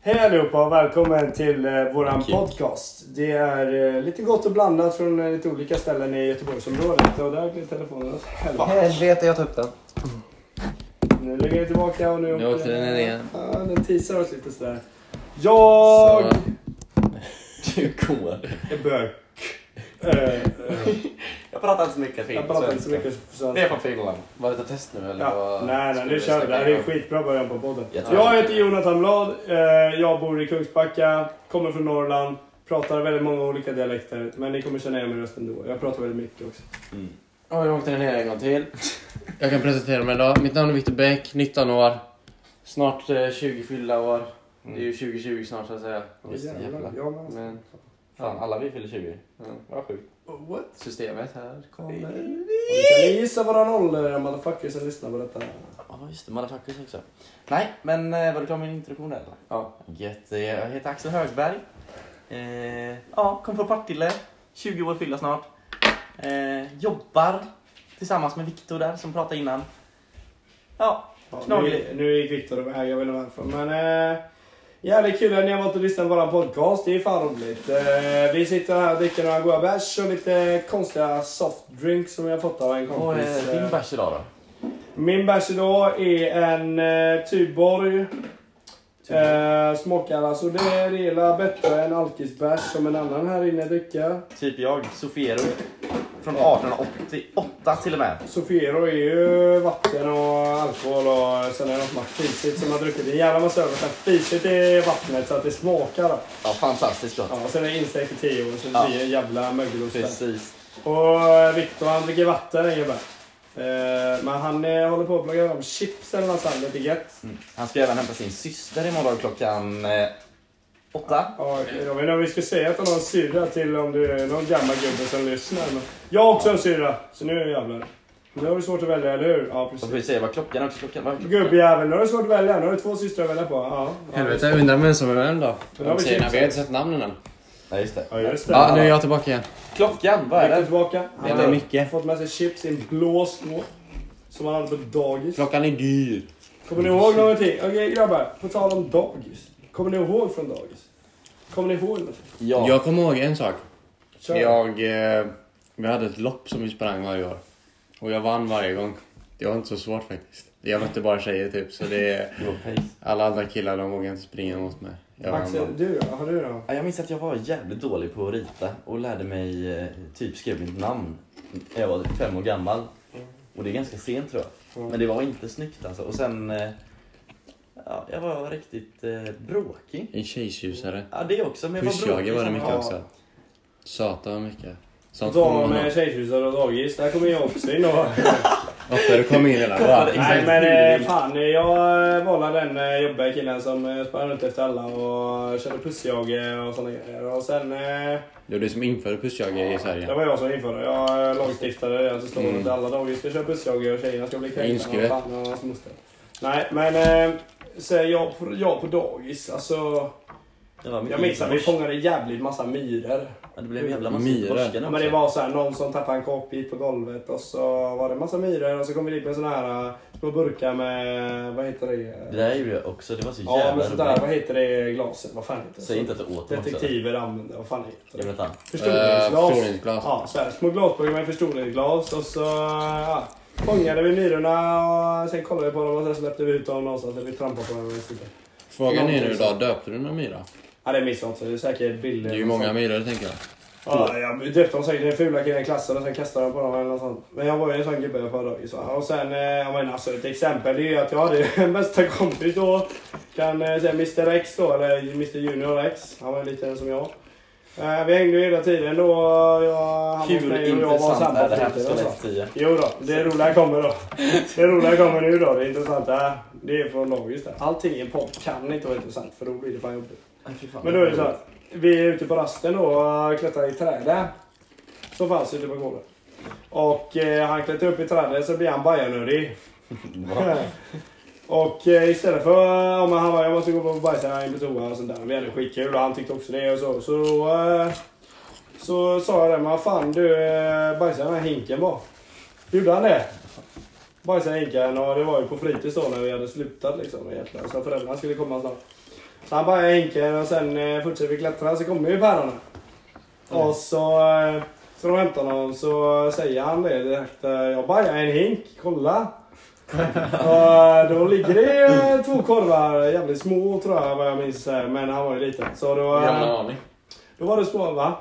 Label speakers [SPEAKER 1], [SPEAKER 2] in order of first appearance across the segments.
[SPEAKER 1] Hej allihopa och välkommen till eh, våran
[SPEAKER 2] Tack.
[SPEAKER 1] podcast. Det är eh, lite gott och blandat från eh, lite olika ställen i Göteborgsområdet. Och där blev telefonen åt helvete.
[SPEAKER 3] Helvete, jag tar upp den.
[SPEAKER 1] Nu lägger jag tillbaka och nu...
[SPEAKER 2] Nu åkte den ner igen.
[SPEAKER 1] Ja, den teasar oss lite sådär. Jag
[SPEAKER 2] Så- Du går.
[SPEAKER 1] är bög. Eh, eh,
[SPEAKER 2] Jag pratar inte så mycket
[SPEAKER 1] Jag pratar inte så mycket så...
[SPEAKER 2] Det är från Finland. Var det ett test nu eller?
[SPEAKER 1] Ja.
[SPEAKER 2] vad-
[SPEAKER 1] Nej, nej,
[SPEAKER 2] skulle
[SPEAKER 1] nu
[SPEAKER 2] vi
[SPEAKER 1] kör vi. Det
[SPEAKER 2] snacka
[SPEAKER 1] här är en
[SPEAKER 2] om?
[SPEAKER 1] skitbra början på podden.
[SPEAKER 2] Jag tror-
[SPEAKER 1] Jag heter Jonathan Blad. eh, Jag bor i Kungsbacka, kommer från Norrland, pratar väldigt många olika dialekter. Men ni kommer känna igen min röst ändå. Jag pratar väldigt mycket också.
[SPEAKER 2] Mm.
[SPEAKER 3] Oj, jag åkte den ner en gång till. Jag kan presentera mig idag. Mitt namn är Viktor Bäck, 19 år. Snart eh, 20 fyllda år.
[SPEAKER 2] Mm.
[SPEAKER 3] Det är ju 2020 snart så att säga.
[SPEAKER 2] Just det, jävlar.
[SPEAKER 1] jag med.
[SPEAKER 3] Men
[SPEAKER 2] Fan, alla vi fyller 20.
[SPEAKER 3] ja,
[SPEAKER 2] Vad sjukt.
[SPEAKER 1] What?
[SPEAKER 3] systemet här
[SPEAKER 1] Kommer.
[SPEAKER 3] kommer.
[SPEAKER 1] Kan ni gissa våran ålder era motherfuckers som lyssnar på detta?
[SPEAKER 2] Ja, just det. Motherfuckers också. Nej, men eh, var du klar med din introduktion där, eller?
[SPEAKER 3] Ja.
[SPEAKER 2] Gött. Eh, Jag heter Axel Högberg. Eh, ja, kom från Partille. 20 år fylla snart. Eh, jobbar tillsammans med Viktor där som pratade innan. Ja,
[SPEAKER 1] Ja, nu,
[SPEAKER 2] Knagligt.
[SPEAKER 1] nu gick Viktor iväg, jag vet inte varför. Men eh, jävligt kul att ni har varit och lyssnat på våran podcast. Det är fan roligt. Eh, vi sitter här och dricker några goda bärs och lite konstiga softdrinks som vi har fått av en
[SPEAKER 2] och
[SPEAKER 1] kompis.
[SPEAKER 2] eh, din
[SPEAKER 1] Eh,
[SPEAKER 2] bärs idag då?
[SPEAKER 1] Min bärs idag är en eh, Tuborg. Eh, smakar alltså det är rejäla bättre än alkisbärs som en annan här inne dricker.
[SPEAKER 2] Typ jag, Sofiero. Från 1888 till och med.
[SPEAKER 1] Sofiero är ju vatten och alkohol och sen är det något som har fisit som har druckit en jävla massa öl. och Sen fisit i vattnet så att det smakar.
[SPEAKER 2] Ja, fantastiskt gott.
[SPEAKER 1] Ja, och sen är det instängt i tio år så det
[SPEAKER 2] Ja.
[SPEAKER 1] blir en jävla mögelost. där.
[SPEAKER 2] Precis.
[SPEAKER 1] Och eh, Viktor han dricker vatten en gubbe. Eh, men han eh, håller på att plocka fram chips eller något sånt lite gött.
[SPEAKER 2] Han ska även hämta sin syster imorgon klockan eh, åtta.
[SPEAKER 1] Ja, jag vet inte om vi ska säga att han har en syrra till om det är någon gammal gubbe som lyssnar. Men jag har också en syrra, så nu jävlar. Nu har du svårt att välja, eller hur? Ja,
[SPEAKER 2] Då får vi
[SPEAKER 1] precis.
[SPEAKER 2] se vad klockan är också. Klockan, vad är klockan?
[SPEAKER 1] Gubbjävel, nu har du svårt att välja. Nu har du två systrar att välja på. Ja, ja,
[SPEAKER 3] Helvete, jag undrar vem som är vem då?
[SPEAKER 1] Då har vi
[SPEAKER 3] Tjejerna,
[SPEAKER 1] chipsen.
[SPEAKER 3] vi har inte sett namnen än.
[SPEAKER 2] Nej, just det.
[SPEAKER 1] ja just det.
[SPEAKER 3] Ja, nu är jag tillbaka igen.
[SPEAKER 2] Klockan, vad är
[SPEAKER 1] Viktor
[SPEAKER 2] det?
[SPEAKER 1] tillbaka. Han
[SPEAKER 3] Det är
[SPEAKER 1] har
[SPEAKER 3] mycket.
[SPEAKER 1] fått med sig chips i en blå skål. Som han hade på dagis.
[SPEAKER 3] Klockan är dyr.
[SPEAKER 1] Kommer ni ihåg någonting? Okej grabbar, på tal om dagis. Kommer ni ihåg från dagis? Kommer ni ihåg någonting?
[SPEAKER 2] Ja.
[SPEAKER 3] Jag kommer ihåg en sak.
[SPEAKER 1] Kör.
[SPEAKER 3] Jag, eh, vi hade ett lopp som vi sprang varje år. Och jag vann varje gång. Det var inte så svårt faktiskt. Jag mötte bara tjejer typ. Så det Alla andra killar de vågar inte springa mot mig. Jag
[SPEAKER 1] Axel,
[SPEAKER 3] vann.
[SPEAKER 1] du då? Har du då?
[SPEAKER 2] Ja, Jag minns att jag var jävligt dålig på att rita och lärde mig eh, typ skriva mitt namn när jag var typ fem år gammal. Och det är ganska sent tror jag.
[SPEAKER 1] Mm.
[SPEAKER 2] Men det var inte snyggt alltså. Och sen, eh, ja, jag var riktigt eh, bråkig.
[SPEAKER 3] En tjejtjusare.
[SPEAKER 2] Ja det också, men jag var bråkig.
[SPEAKER 3] Pushjager var det
[SPEAKER 2] som
[SPEAKER 3] mycket
[SPEAKER 2] fan.
[SPEAKER 3] också. Satan vad mycket. Sånt får
[SPEAKER 1] Damer
[SPEAKER 3] man
[SPEAKER 1] med
[SPEAKER 3] ha.
[SPEAKER 1] tjejtjusar och dagis, där kommer jag också in och...
[SPEAKER 3] Ofta du kom in i den här.
[SPEAKER 1] Nej men eh, fan, jag eh, var väl den eh, jobbiga killen som eh, sprang runt efter alla och körde pussjage och sådana grejer. Och sen, eh,
[SPEAKER 3] Det var du som införde pushjager i
[SPEAKER 1] det
[SPEAKER 3] Sverige.
[SPEAKER 1] var jag som införde det. Jag eh, lagstiftade det. Så slår
[SPEAKER 3] Mm.
[SPEAKER 1] mm. inte alla dagis ska köra pussjage och tjejerna ska bli kränkta.
[SPEAKER 3] Inskrivet.
[SPEAKER 1] och fan och hans moster. Nej men, eh, så jag, jag på dagis, alltså...
[SPEAKER 2] Det var
[SPEAKER 1] Jag
[SPEAKER 2] mycket
[SPEAKER 1] minns att vi
[SPEAKER 2] Göteborgs.
[SPEAKER 1] fångade jävligt massa myror.
[SPEAKER 2] Ja, Det blev en jävla massa
[SPEAKER 3] Myra.
[SPEAKER 2] göteborgskan
[SPEAKER 1] Ja,
[SPEAKER 2] också.
[SPEAKER 1] Men det var så här, någon som tappade en koppbit på golvet och så var det en massa myror och så kom vi dit med såna här äh, små burkar med, vad heter det?
[SPEAKER 2] Det där gjorde jag också, det var så
[SPEAKER 1] ja men
[SPEAKER 2] jävla
[SPEAKER 1] sånt där,
[SPEAKER 2] roligt.
[SPEAKER 1] vad heter det glaset? Vad fan heter det?
[SPEAKER 2] Säg inte att du åt dem också.
[SPEAKER 1] Detektiver använder, vad fan heter
[SPEAKER 2] Jag
[SPEAKER 1] det?
[SPEAKER 2] vet inte.
[SPEAKER 3] Eh,
[SPEAKER 1] Förstoringsglas.
[SPEAKER 3] förstoringsglas.
[SPEAKER 1] Ja, så här, små glasburkar med förstoringsglas och så ja, fångade vi myrorna och sen kollade vi på dem och sen släppte vi ut dem någonstans där vi trampade på dem. och så vidare.
[SPEAKER 3] Frågan är nu
[SPEAKER 1] Någonting
[SPEAKER 3] då, döpte du någon myra?
[SPEAKER 1] Ja det missade jag inte, det är säkert bilder.
[SPEAKER 3] Det är ju många myror tänker jag.
[SPEAKER 1] Ja, jag döpte dem säkert till den fula killen i klassen och sen kastade de på dem eller något sånt. Men jag var ju en sån gubbe på dagis. va. Och sen, eh, jag menar alltså ett exempel det är ju att jag hade ju en bästa kompis då. Kan eh, säga Mr X då, eller Mr Junior X. Han var ju liten som jag. Eh, Vi hängde ju hela tiden då. Jag, han var
[SPEAKER 2] Kul,
[SPEAKER 1] med och jag var
[SPEAKER 2] intressant
[SPEAKER 1] samma
[SPEAKER 2] är det här
[SPEAKER 1] fritid
[SPEAKER 2] på
[SPEAKER 1] och så.
[SPEAKER 2] lätt 10.
[SPEAKER 1] Jo då, det roliga kommer då. Det roliga kommer nu då. Det intressanta, det är från dagis där. Allting i en podd kan inte vara intressant för då blir det fan jobbigt.
[SPEAKER 2] Aj, fy fan.
[SPEAKER 1] Men då är det så att vi är ute på rasten då och klättrar i trädet. Som fanns ute på gården. Och eh, han klättrar upp i trädet så blir han bajanödig.
[SPEAKER 2] Va?
[SPEAKER 1] och eh, istället för ja, men han bara, jag måste gå på bajsa, jag är på toa och sånt där. Vi hade skitkul och han tyckte också det och så. Så, eh, så sa jag det, men fan du eh, bajsa i den här hinken bara. Gjorde han det? Bajsade i hinken och det var ju på fritids då när vi hade slutat liksom egentligen. Så föräldrarna skulle komma snart. Så han bara hinkar och sen eh, fortsätter vi klättra så kommer ju päronen.
[SPEAKER 4] Mm.
[SPEAKER 1] Och så eh, så de hämtar honom så säger han det direkt. eh, Jag bajar en hink, kolla. och eh, då ligger det eh, två korvar, jävligt små tror jag vad jag minns. eh, Men han var ju liten. Så då, eh,
[SPEAKER 4] Gamla aning.
[SPEAKER 1] då var det små va?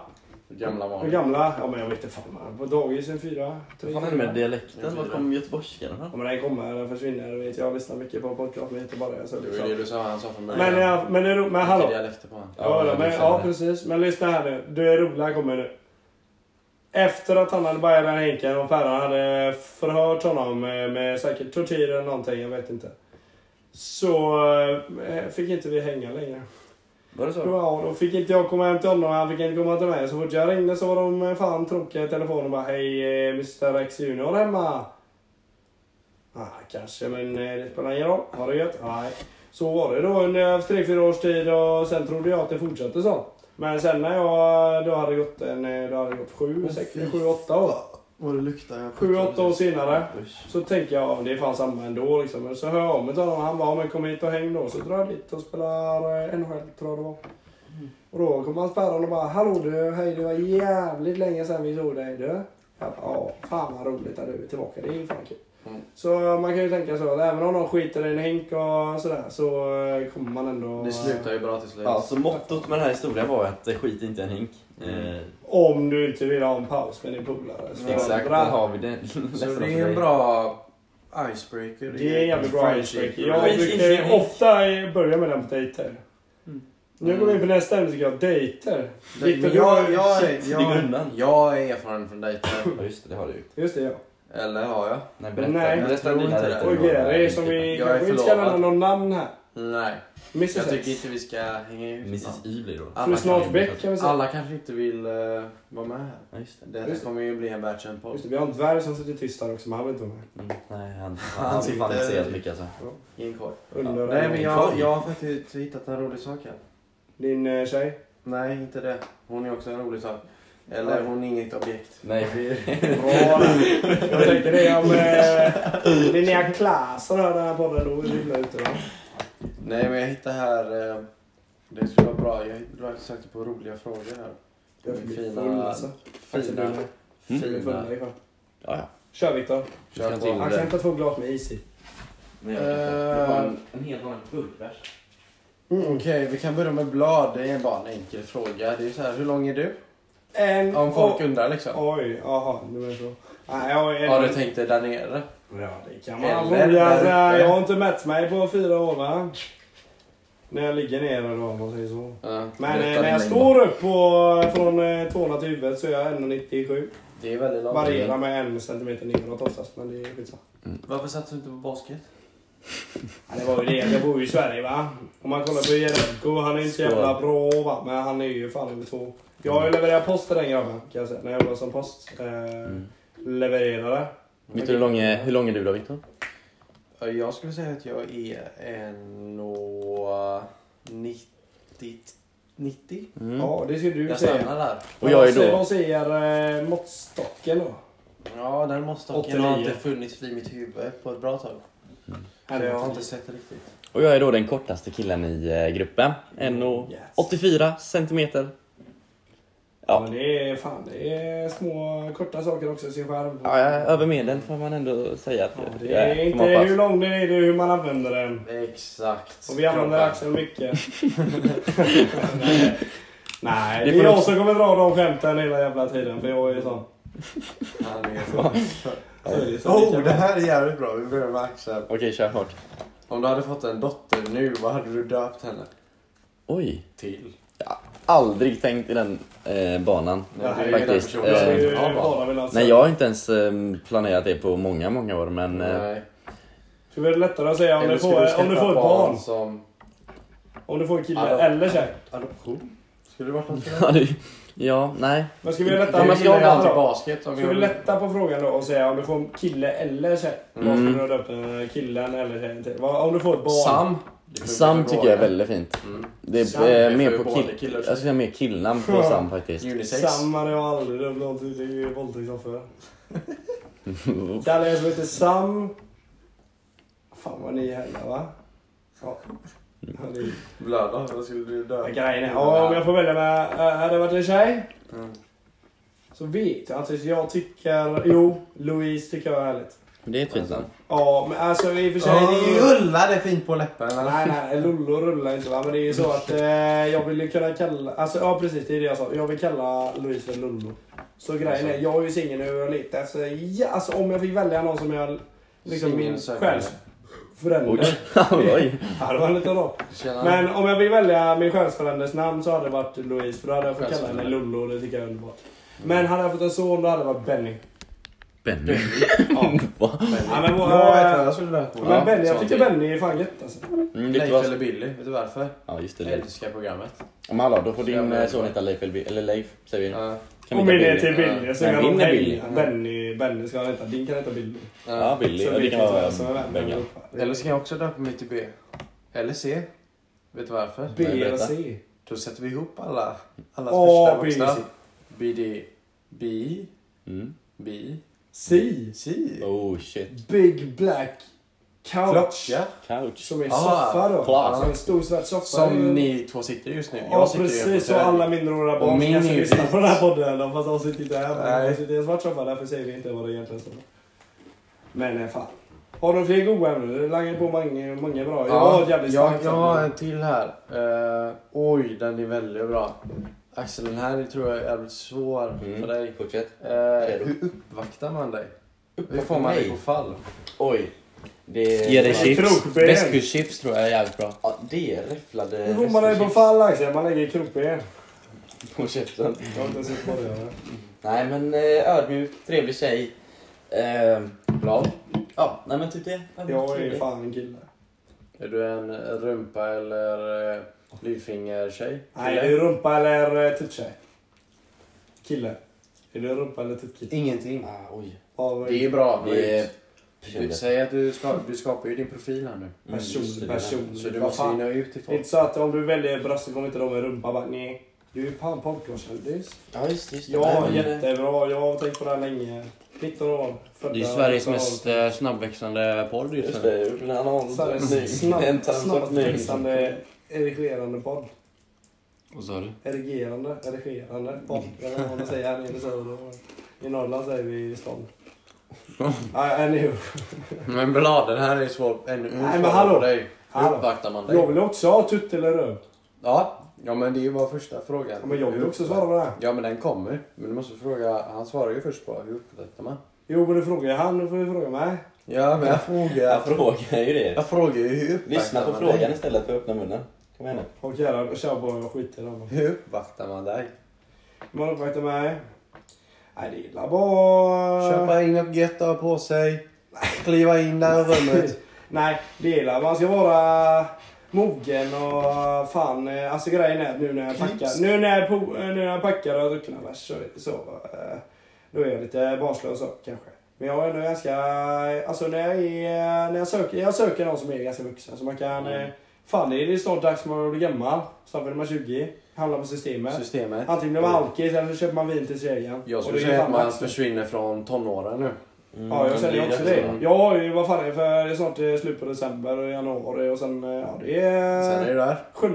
[SPEAKER 4] Gamla
[SPEAKER 1] De
[SPEAKER 4] vanor.
[SPEAKER 1] gamla, ja men jag vet inte fan man. På dagis en fyra, tre.
[SPEAKER 4] Vad fan är det med dialekten?
[SPEAKER 5] Den var kom göteborgskan ifrån?
[SPEAKER 1] Ja, men den kommer, den försvinner. Du vet, jag lyssnar mycket på podcast med göteborgare. Så
[SPEAKER 4] Det var ju det
[SPEAKER 1] liksom.
[SPEAKER 4] du sa, han sa från början.
[SPEAKER 1] Men, ja, men, det är ro- men hallå.
[SPEAKER 4] Vilka dialekter på honom.
[SPEAKER 1] Ja,
[SPEAKER 4] Ja,
[SPEAKER 1] ja, men,
[SPEAKER 4] du
[SPEAKER 1] ja,
[SPEAKER 4] känner.
[SPEAKER 1] precis. Men lyssna här nu. Det roliga kommer nu. Efter att han hade bajat den här hinken och Ferran hade förhört honom med, med säkert tortyr eller någonting, jag vet inte. Så eh, fick inte vi hänga längre.
[SPEAKER 4] Var det så?
[SPEAKER 1] Ja, då fick inte jag komma hem till honom han fick inte komma till mig. Så fort jag ringde så var de eh, fan tråkiga i telefonen och bara Hej eh, Mr X Junior hemma? Ah, kanske, men eh, det spelar ingen roll. Har det gött? Nej. Så var det då under tre, fyra års tid och sen trodde jag att det fortsatte så. Men sen när jag då hade gått, en, eh, då hade det gått sju,
[SPEAKER 6] Åh,
[SPEAKER 1] sex,
[SPEAKER 6] fy
[SPEAKER 1] sju, åtta år.
[SPEAKER 6] Vad det luktar. Jag
[SPEAKER 1] Sju, åtta år senare.
[SPEAKER 6] Usch.
[SPEAKER 1] Så tänker jag, ja, det är fan samma ändå liksom. Men så hör jag av mig till honom. Han bara, ja, men kom hit och häng då. Så drar jag dit och spelar eh, NHL, tror jag det var. Och då kommer hans päron och bara, hallå du, hej det var jävligt länge sedan vi såg dig du. Jag bara, ja, fan vad roligt att du är tillbaka. Det är ju fan kul.
[SPEAKER 4] Mm.
[SPEAKER 1] Så man kan ju tänka så att även om de skiter i en hink och sådär så eh, kommer man ändå... eh,
[SPEAKER 4] Det slutar ju bra till slut.
[SPEAKER 6] Ja, så mottot med den här historien var att eh, skit inte i en hink. Eh,
[SPEAKER 1] Om du inte vill ha en paus med din polare. så
[SPEAKER 6] Exakt, där
[SPEAKER 1] bra.
[SPEAKER 6] har vi det.
[SPEAKER 3] Så
[SPEAKER 6] Ledsen
[SPEAKER 3] det
[SPEAKER 6] för
[SPEAKER 3] är en
[SPEAKER 6] dig.
[SPEAKER 3] bra icebreaker.
[SPEAKER 1] Det är en jävligt bra
[SPEAKER 3] friendship.
[SPEAKER 1] icebreaker. Jag
[SPEAKER 5] Skit i
[SPEAKER 1] brukar
[SPEAKER 5] det.
[SPEAKER 1] ofta börja med den på dejter.
[SPEAKER 5] Mm.
[SPEAKER 1] Nu går vi in på nästa ämne tycker jag. Dejter.
[SPEAKER 3] Nej, men
[SPEAKER 1] Victor,
[SPEAKER 3] jag,
[SPEAKER 1] du-
[SPEAKER 3] jag,
[SPEAKER 6] shit,
[SPEAKER 3] jag,
[SPEAKER 6] ligger
[SPEAKER 3] jag,
[SPEAKER 6] undan.
[SPEAKER 3] jag är erfaren från dejter.
[SPEAKER 6] Ja, just det, det har du ju.
[SPEAKER 1] Just det, ja.
[SPEAKER 3] Eller har jag?
[SPEAKER 6] Nej, berätta.
[SPEAKER 1] Nej,
[SPEAKER 6] berätta
[SPEAKER 3] jag tror
[SPEAKER 6] dina
[SPEAKER 3] inte det.
[SPEAKER 6] dejter.
[SPEAKER 1] Och Jerry som vi
[SPEAKER 3] Jag är
[SPEAKER 1] kanske inte ska
[SPEAKER 3] förlovad.
[SPEAKER 1] nämna någon namn här.
[SPEAKER 3] Nej.
[SPEAKER 1] Mrs
[SPEAKER 3] Jag tycker
[SPEAKER 1] X.
[SPEAKER 3] inte vi ska hänga ut någon.
[SPEAKER 6] Mrs Y blir det då.
[SPEAKER 3] Alla
[SPEAKER 1] Fru
[SPEAKER 3] kanske-
[SPEAKER 1] Snartbeck kan vi säga.
[SPEAKER 3] Alla kanske inte vill eh, vara med här.
[SPEAKER 6] Ja, just det.
[SPEAKER 3] Det här
[SPEAKER 1] Just det.
[SPEAKER 3] kommer ju bli en världskänd podd.
[SPEAKER 1] Just det, vi har en dvärg som sitter tyst här också men han vill inte vara med.
[SPEAKER 6] Mm, nej, han,
[SPEAKER 3] Han
[SPEAKER 6] han, han vill fan
[SPEAKER 3] sitter-
[SPEAKER 6] inte se helt mycket alltså.
[SPEAKER 3] I en korg.
[SPEAKER 1] Undrar
[SPEAKER 3] Nej men
[SPEAKER 1] om-
[SPEAKER 3] jag, jag har faktiskt hittat en rolig sak här.
[SPEAKER 1] Din eh, tjej?
[SPEAKER 3] Nej, inte det. Hon är också en rolig sak. Eller hon är inget objekt.
[SPEAKER 6] Nej, vi...
[SPEAKER 1] Bra där. Jag tänker det om eh, Linnea Claes hör den här podden. Då är vi illa ute va?
[SPEAKER 3] Nej men jag hittade här... Eh, det skulle vara bra. Jag hittade- sökte på roliga frågor här.
[SPEAKER 1] Jag är för
[SPEAKER 3] Fina-
[SPEAKER 1] full alltså. Axel, du är
[SPEAKER 3] Fina...
[SPEAKER 1] med. Du
[SPEAKER 6] Mm.
[SPEAKER 1] är
[SPEAKER 3] Fina...
[SPEAKER 1] full ikväll.
[SPEAKER 2] Ja, ja.
[SPEAKER 1] Kör Viktor.
[SPEAKER 3] Kör
[SPEAKER 6] Jag
[SPEAKER 3] på.
[SPEAKER 6] kan
[SPEAKER 1] Han kan hämta två glas med is i.
[SPEAKER 6] Nej,
[SPEAKER 3] jag vet inte. Det var en-
[SPEAKER 6] helt vanlig burkbärs.
[SPEAKER 3] Mm, Okej, vi kan börja med blad. Det är bara en enkel fråga. Det är så här, hur lång är du?
[SPEAKER 1] En
[SPEAKER 3] Om folk
[SPEAKER 1] Ehm, och-
[SPEAKER 3] undrar liksom.
[SPEAKER 1] Oj, jaha, du menar så. Nej, jag är...
[SPEAKER 3] Har du tänkt dig där nere?
[SPEAKER 1] Ja, det kan man
[SPEAKER 3] Eller
[SPEAKER 1] fråga
[SPEAKER 3] där
[SPEAKER 1] sig.
[SPEAKER 3] uppe.
[SPEAKER 1] Jag har inte mätt mig på fyra år va? När jag ligger nere då, om man säger så.
[SPEAKER 3] Ja,
[SPEAKER 1] Men
[SPEAKER 3] berätta
[SPEAKER 1] eh, när
[SPEAKER 3] din
[SPEAKER 1] jag
[SPEAKER 3] längd.
[SPEAKER 1] står upp på, från eh, tårna till huvudet så är jag 1,97.
[SPEAKER 3] Det är väldigt långt.
[SPEAKER 1] Varierar med en centimeter neråt oftast, men det är skitsamma.
[SPEAKER 3] Varför satsar du inte på basket?
[SPEAKER 1] Ja, det var ju det, jag bor ju i Sverige va. Om man kollar på Jerebko, han är inte så jävla bra va, men han är ju fan över två. Jag har ju levererat post till den grabben kan jag säga, när jag jobbade som post. Eh,
[SPEAKER 3] Mm.
[SPEAKER 1] Levererade.
[SPEAKER 2] Vet du hur lång, är, hur lång är du då, Viktor?
[SPEAKER 3] Ja, Jag skulle säga att jag är en och 90. 90?
[SPEAKER 2] Mm.
[SPEAKER 1] Ja, det ska du
[SPEAKER 3] Jag
[SPEAKER 1] säga.
[SPEAKER 3] stannar där.
[SPEAKER 2] Och jag är
[SPEAKER 1] Vad säger-
[SPEAKER 2] då...
[SPEAKER 1] Vad säger eh, måttstocken då?
[SPEAKER 3] Ja, den måste ha den
[SPEAKER 1] 89.
[SPEAKER 3] har inte funnits vid mitt huvud på ett bra tag. Så jag har inte sett det riktigt.
[SPEAKER 2] Och jag är då den kortaste killen i eh, gruppen. 1,84 centimeter.
[SPEAKER 1] Ja. Men det är fan, det är små korta saker också i sin skärm.
[SPEAKER 2] Ja, jag är över medel får man ändå säga att
[SPEAKER 1] Ja,
[SPEAKER 2] jag-
[SPEAKER 1] det
[SPEAKER 2] jag
[SPEAKER 1] är
[SPEAKER 2] är, får
[SPEAKER 1] inte
[SPEAKER 2] man hoppas.
[SPEAKER 1] hur lång den är, det är hur man använder den.
[SPEAKER 3] Exakt.
[SPEAKER 1] Och vi använder
[SPEAKER 3] Kroppen.
[SPEAKER 1] axeln mycket. Nej. Nej,
[SPEAKER 2] Det
[SPEAKER 1] det är
[SPEAKER 2] får
[SPEAKER 1] jag
[SPEAKER 2] du-
[SPEAKER 1] som kommer dra de skämten hela jävla tiden för jag är sån.
[SPEAKER 3] Ja, det är så.
[SPEAKER 1] Så är det, så
[SPEAKER 3] Oh,
[SPEAKER 1] kan
[SPEAKER 3] det
[SPEAKER 1] vara.
[SPEAKER 3] här är jävligt bra. Vi börjar med Axel.
[SPEAKER 2] Okej, kör hårt.
[SPEAKER 3] Om du hade fått en dotter nu, vad hade du döpt henne
[SPEAKER 2] Oj.
[SPEAKER 3] till?
[SPEAKER 2] Aldrig tänkt i den eh, banan.
[SPEAKER 3] Nej,
[SPEAKER 1] Nej,
[SPEAKER 3] du är ju den
[SPEAKER 2] faktiskt,
[SPEAKER 3] personen
[SPEAKER 1] Jag
[SPEAKER 3] som
[SPEAKER 1] ska
[SPEAKER 2] eh,
[SPEAKER 1] ju
[SPEAKER 3] inte har barn.
[SPEAKER 1] bara vilja säga.
[SPEAKER 2] Nej, jag har inte ens eh, planerat det på många, många år, men... Eh,
[SPEAKER 3] Nej.
[SPEAKER 1] Så det är lättare att säga om
[SPEAKER 3] Eller
[SPEAKER 1] du
[SPEAKER 3] skulle
[SPEAKER 1] får, om du
[SPEAKER 3] skaffa
[SPEAKER 1] får ett barn.
[SPEAKER 3] som
[SPEAKER 1] Om du får en kille
[SPEAKER 3] Hallå.
[SPEAKER 1] eller tjej.
[SPEAKER 3] adoption? Skulle det varit något för
[SPEAKER 2] ja, det- ja, nej.
[SPEAKER 1] Men ska vi lätta
[SPEAKER 3] det?
[SPEAKER 1] på
[SPEAKER 3] Jag gillar ju
[SPEAKER 1] frågan
[SPEAKER 3] alltid
[SPEAKER 1] då?
[SPEAKER 3] basket. Om
[SPEAKER 1] Ska vi
[SPEAKER 3] jag...
[SPEAKER 1] lätta på frågan då och säga om du får en kille eller tjej? Vad skulle du döpa eh, killen eller tjejen till? Vad- Om du får ett barn?
[SPEAKER 3] Sam. Det funkar
[SPEAKER 2] Sam
[SPEAKER 3] bra,
[SPEAKER 2] tycker jag är
[SPEAKER 3] ja.
[SPEAKER 2] väldigt fint.
[SPEAKER 3] Mm.
[SPEAKER 2] Det är
[SPEAKER 1] Sam,
[SPEAKER 2] eh,
[SPEAKER 3] det är
[SPEAKER 2] mer
[SPEAKER 3] för
[SPEAKER 2] på
[SPEAKER 3] både
[SPEAKER 2] kill-
[SPEAKER 3] killar och tjejer.
[SPEAKER 2] jag skulle säga mer killnamn på
[SPEAKER 1] Ja.
[SPEAKER 2] Sam faktiskt.
[SPEAKER 3] Unisex.
[SPEAKER 1] Sam hade jag aldrig döpt någon till. Det är ju våldtäktsoffer. Kalle som heter Sam. Fan vad ni är härliga va? Ja. Ja, det är-
[SPEAKER 2] Blöda, då skulle du dö.
[SPEAKER 1] Men Grejen är, ja, om jag får välja med, äh, hade det varit en tjej
[SPEAKER 3] Mm.
[SPEAKER 1] så vet jag inte. Så Jag tycker, jo, Louise tycker jag är härligt.
[SPEAKER 7] Men det är ett fint namn.
[SPEAKER 1] Ja, men alltså i och för sig. det är ju-
[SPEAKER 5] Rullar det fint på läppen eller?
[SPEAKER 1] Nej, nej, Lollo rullar inte va. Men det är ju så att eh, jag vill ju kunna kalla... Alltså ja, precis. Det är det jag sa. Jag vill kalla Louise för Lollo. Så grejen är, jag är ju singel nu och jag letar efter... Ja, alltså om jag fick välja någon som jag... Liksom min
[SPEAKER 5] Singel sökande.
[SPEAKER 1] själs förälder.
[SPEAKER 7] Oj.
[SPEAKER 1] Ja, det var lite rart.
[SPEAKER 2] Tjena.
[SPEAKER 1] Men om jag vill välja min själsförälders namn så hade det varit Louise. För då hade jag fått kalla henne Lollo och det tycker jag är underbart. Men hade jag fått en son då hade det varit Benny.
[SPEAKER 7] Benny.
[SPEAKER 1] Ja, men, vår,
[SPEAKER 5] Jag vet vad jag skulle döpa
[SPEAKER 1] men
[SPEAKER 5] mig.
[SPEAKER 1] Benny, jag tycker Benny är fan gött alltså.
[SPEAKER 7] Mm, vet du
[SPEAKER 3] Leif
[SPEAKER 7] vad?
[SPEAKER 3] eller Billy, vet du varför?
[SPEAKER 7] Ja, just det.
[SPEAKER 3] Jag
[SPEAKER 7] Leif.
[SPEAKER 3] älskar programmet.
[SPEAKER 7] Ja, Men hallå, då får din eh, son heta Leif eller Bi- eller Leif, säger vi.
[SPEAKER 3] Ja.
[SPEAKER 7] Kan vi
[SPEAKER 1] Om
[SPEAKER 7] ta
[SPEAKER 1] min är
[SPEAKER 7] Billy?
[SPEAKER 1] till Billy så
[SPEAKER 7] Nej,
[SPEAKER 1] kan
[SPEAKER 7] min
[SPEAKER 1] de
[SPEAKER 7] är Billy.
[SPEAKER 1] Benny. Benny, Benny ska han heta. Din kan heta Billy.
[SPEAKER 7] Ja, Billy.
[SPEAKER 1] Så
[SPEAKER 7] Ja, det
[SPEAKER 1] vet
[SPEAKER 7] kan
[SPEAKER 1] inte vad
[SPEAKER 7] vara
[SPEAKER 1] jag som är vem.
[SPEAKER 7] Bengan.
[SPEAKER 3] Eller så kan jag också döpa mig till B. Eller C. Vet du varför?
[SPEAKER 7] Nej,
[SPEAKER 1] B och
[SPEAKER 7] berätta.
[SPEAKER 1] C.
[SPEAKER 3] Då sätter vi ihop alla, alla
[SPEAKER 1] A, B,
[SPEAKER 3] första
[SPEAKER 1] C.
[SPEAKER 3] bokstav. BD, B,
[SPEAKER 7] Mm.
[SPEAKER 3] B,
[SPEAKER 1] C.
[SPEAKER 3] C.
[SPEAKER 7] Oh shit.
[SPEAKER 1] Big Black Couch.
[SPEAKER 3] Klocka.
[SPEAKER 7] Couch.
[SPEAKER 1] Som är en
[SPEAKER 3] Ah,
[SPEAKER 1] soffa då.
[SPEAKER 7] klart.
[SPEAKER 1] Som en stor svart soffa.
[SPEAKER 3] Som ni två sitter just nu.
[SPEAKER 1] Ja
[SPEAKER 3] sitter ju på
[SPEAKER 1] precis, och
[SPEAKER 3] hotell.
[SPEAKER 1] alla minderåriga
[SPEAKER 3] Och
[SPEAKER 1] barn
[SPEAKER 3] min
[SPEAKER 1] som kanske
[SPEAKER 3] är ju
[SPEAKER 1] lyssnar
[SPEAKER 3] vit.
[SPEAKER 1] på den här podden. då, Fast de sitter inte här.
[SPEAKER 3] Nej.
[SPEAKER 1] De sitter i en svart soffa, därför säger vi inte vad det egentligen står. Men eh, fan. Har du fler goa ämnen? Du langar på många, många bra. Jag har ett jävligt
[SPEAKER 3] jag,
[SPEAKER 1] starkt
[SPEAKER 3] jag har
[SPEAKER 1] ämne.
[SPEAKER 3] en till här. Eh, oj, den är väldigt bra. Axel, den här tror jag är jävligt svår
[SPEAKER 7] Mm.
[SPEAKER 3] för dig.
[SPEAKER 7] Fortsätt.
[SPEAKER 3] Eh, hur uppvaktar man dig? Hur får man
[SPEAKER 7] mig?
[SPEAKER 3] dig på fall?
[SPEAKER 7] Oj. Det
[SPEAKER 8] Ge dig chips.
[SPEAKER 1] Krokben.
[SPEAKER 7] Västkustchips tror jag är jävligt bra.
[SPEAKER 2] Ja, det är räfflade
[SPEAKER 1] Hur får man dig på fall Axel? Man lägger krokben.
[SPEAKER 2] på käften.
[SPEAKER 1] Jag har inte ens sett på det. eller?
[SPEAKER 2] Nej men eh, ödmjuk, trevlig tjej. Ehm, glad. Ja, nej men typ det. Ödmjuk,
[SPEAKER 1] Jag är
[SPEAKER 2] trevlig.
[SPEAKER 1] fan en kille.
[SPEAKER 3] Är du en rumpa eller eh, lillfingertjej?
[SPEAKER 1] Nej, är du rumpa eller eh, tuttkille? Kille. Är du rumpa eller eh, tuttkille?
[SPEAKER 3] Ingenting.
[SPEAKER 2] Ah, oj.
[SPEAKER 1] Ja, vad
[SPEAKER 3] Det är bra.
[SPEAKER 2] Det är
[SPEAKER 3] Britt. Du, säg att du, ska, du skapar ju din profil här nu.
[SPEAKER 7] Mm,
[SPEAKER 2] Mm,
[SPEAKER 1] person, person.
[SPEAKER 3] Så du
[SPEAKER 1] Mm, Vad
[SPEAKER 3] måste
[SPEAKER 1] fan?
[SPEAKER 3] ju nå ut till
[SPEAKER 1] Det är
[SPEAKER 3] folk.
[SPEAKER 1] inte så att om du väljer bröst så kommer inte de med rumpa bara nej. Du är ju fan popcornkändis.
[SPEAKER 2] Ja just det, just det.
[SPEAKER 1] Ja,
[SPEAKER 2] Nej, men, eh,
[SPEAKER 1] jättebra. Jag har tänkt på det här länge. 19 år. Födda
[SPEAKER 7] Det är Sveriges
[SPEAKER 1] 19 år.
[SPEAKER 7] mest eh, snabbväxande podd just
[SPEAKER 2] Just
[SPEAKER 7] nu.
[SPEAKER 2] det, jag gjorde en annons.
[SPEAKER 1] Sveriges
[SPEAKER 2] En
[SPEAKER 1] snabb- Snabbast
[SPEAKER 2] tarmsöppning.
[SPEAKER 1] växande erigerande podd.
[SPEAKER 7] Vad sa du?
[SPEAKER 1] Erigerande, erigerande podd. Eller vad man säger här nere i söder. I Norrland säger vi stånd. Ja, anywho.
[SPEAKER 3] Men Blad, den här är svår. En,
[SPEAKER 1] men hallå.
[SPEAKER 3] Dig. Hur
[SPEAKER 1] Hallå.
[SPEAKER 3] uppvaktar man
[SPEAKER 1] Jag
[SPEAKER 3] dig?
[SPEAKER 1] vill också ha tutt eller röv.
[SPEAKER 3] Ja, ja, men det är ju bara första frågan.
[SPEAKER 1] Ja, Men jag vill
[SPEAKER 3] Hur
[SPEAKER 1] också
[SPEAKER 3] uppvaktar-
[SPEAKER 1] svara på det här.
[SPEAKER 3] Ja, men den kommer. Men du måste fråga. Han svarar ju först på hur uppvaktar man?
[SPEAKER 1] Jo, men du frågar jag han, då får du fråga mig.
[SPEAKER 3] Ja, men jag frågar.
[SPEAKER 2] Jag frågar ju det.
[SPEAKER 3] Jag frågar ju hur uppvaktar
[SPEAKER 2] Lyssna på
[SPEAKER 3] man
[SPEAKER 2] frågan
[SPEAKER 3] dig?
[SPEAKER 2] istället för att öppna munnen. Kom igen nu.
[SPEAKER 1] Och jävlar, kör bara och skit i dem.
[SPEAKER 3] Hur uppvaktar man dig?
[SPEAKER 1] Man uppvaktar mig. Nej, det är illa bara...
[SPEAKER 3] Köpa in något gött att ha på sig. Kliva in där i rummet.
[SPEAKER 1] Nej, det gillar man. ska vara eh, mogen och fan, eh, alltså grejen är att nu när jag packar, nu när jag, po- eh, nu när jag packar och har druckit några bärs så, så eh, då är jag lite barnslig och så kanske. Men jag är ändå ganska, alltså när jag är, när jag söker, jag söker någon som är ganska vuxen så man kan, mm. fan det är ju snart dags man blir gammal, snart blir man 20, hamnar på systemet.
[SPEAKER 3] Systemet.
[SPEAKER 1] Antingen blir man alkis eller så köper man vin till tjejen.
[SPEAKER 3] Jag
[SPEAKER 1] Och
[SPEAKER 3] skulle
[SPEAKER 1] det är
[SPEAKER 3] säga att
[SPEAKER 1] fan
[SPEAKER 3] man
[SPEAKER 1] dags nu.
[SPEAKER 3] försvinner från tonåren nu.
[SPEAKER 1] Ja, jag
[SPEAKER 2] Mm,
[SPEAKER 1] känner
[SPEAKER 2] det är
[SPEAKER 1] också
[SPEAKER 2] dags
[SPEAKER 1] det.
[SPEAKER 2] då.
[SPEAKER 1] Jag har ju, vad fan är det för, det är snart eh, slut på december och januari och sen, eh, ja det
[SPEAKER 3] Sen är
[SPEAKER 1] är
[SPEAKER 3] det där.
[SPEAKER 1] 7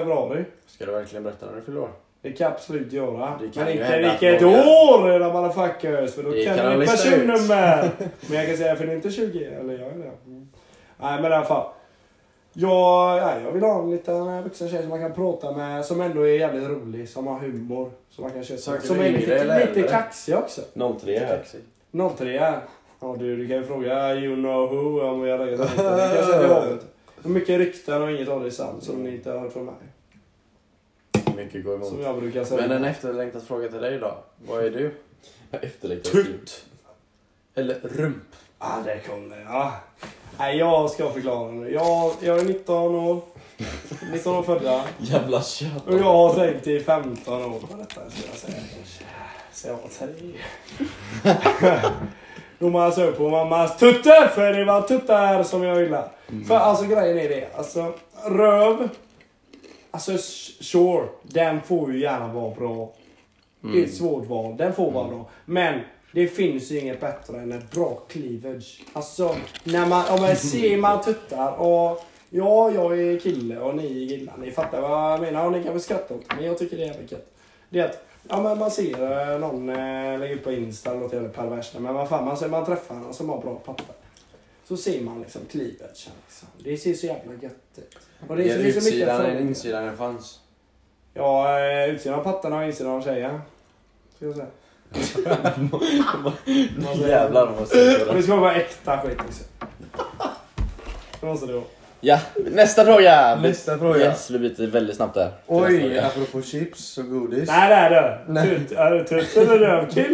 [SPEAKER 1] februari.
[SPEAKER 3] Ska du verkligen berätta när du fyller år?
[SPEAKER 1] Det kan jag absolut göra.
[SPEAKER 3] Det kan
[SPEAKER 1] Men
[SPEAKER 3] ju
[SPEAKER 1] inte
[SPEAKER 3] hända att
[SPEAKER 1] vilket
[SPEAKER 3] många-
[SPEAKER 1] år era motherfuckers! För då
[SPEAKER 3] Det
[SPEAKER 1] kan
[SPEAKER 3] kan
[SPEAKER 1] jag
[SPEAKER 3] de
[SPEAKER 1] mitt
[SPEAKER 3] lista ut.
[SPEAKER 1] personnummer! Men jag kan säga, för det är inte 20, eller jag är det. Mm. Nej men i alla fall. Jag, ja, jag vill ha en liten eh, vuxen tjej som man kan prata med, som ändå är jävligt rolig, som har humor. Som man kan köpa med.
[SPEAKER 3] Söker
[SPEAKER 1] Som
[SPEAKER 3] du
[SPEAKER 1] är
[SPEAKER 3] yngre eller
[SPEAKER 1] lite, lite
[SPEAKER 3] äldre?
[SPEAKER 1] kaxig också.
[SPEAKER 2] 03 här.
[SPEAKER 1] 03 ja. Ja du, du kan ju fråga you know who om vi har legat och hittat. Det kanske inte har varit. Det är mycket rykten och inget av det är sant som ni inte har hört från mig.
[SPEAKER 3] Mycket går
[SPEAKER 1] Som
[SPEAKER 3] emot.
[SPEAKER 1] jag brukar säga.
[SPEAKER 3] Men en efterlängtad fråga till dig då. Vad är du? Typ.
[SPEAKER 2] Efterlängtat.
[SPEAKER 3] Eller rump?
[SPEAKER 1] Ah, det kommer ja. Nej, jag ska förklara nu. Jag, jag är 19 år. 19 år födda.
[SPEAKER 2] Jävla kött.
[SPEAKER 1] Och jag har tänkt i 15 år på detta, ska jag säga. kanske. Så jag tar i. Då man sög på mammas tutte, för det var tuttar som jag gillar. För alltså grejen är det, alltså röv. Alltså s- sure, den får ju gärna vara bra. Det är ett svårt val, den får vara bra. Men det finns ju inget bättre än ett bra cleavage. Alltså, när man, om man ser man tuttar och Ja, jag är kille och ni är killar. Ni fattar vad jag menar och ni kan väl skratta åt det, men jag tycker det är jävligt gött. Det är att ja, men man ser eh, någon eh, lägga ut på Insta eller något jävligt perverst. Men vad fan, man, ser, man träffar någon som har bra pappa. Så ser man liksom cleavage. Liksom. Det ser så jävla gött ut. Och det är så, det är så mycket
[SPEAKER 3] utsidan
[SPEAKER 1] frågor.
[SPEAKER 3] än insidan en chans.
[SPEAKER 1] Ja, eh, utsidan av pattarna och insidan av tjejen. Ska jag säga. Vad säger
[SPEAKER 2] Jävlar vad synd
[SPEAKER 1] Och det ska vara äkta skit också. Det måste det vara.
[SPEAKER 2] Ja, nästa fråga!
[SPEAKER 3] Nästa fråga.
[SPEAKER 2] Yes, vi byter väldigt snabbt där. till nästa
[SPEAKER 3] Oj,
[SPEAKER 2] fråga.
[SPEAKER 3] apropå chips och godis.
[SPEAKER 1] Nej, det är du. Tut, är du tutt eller rövkille?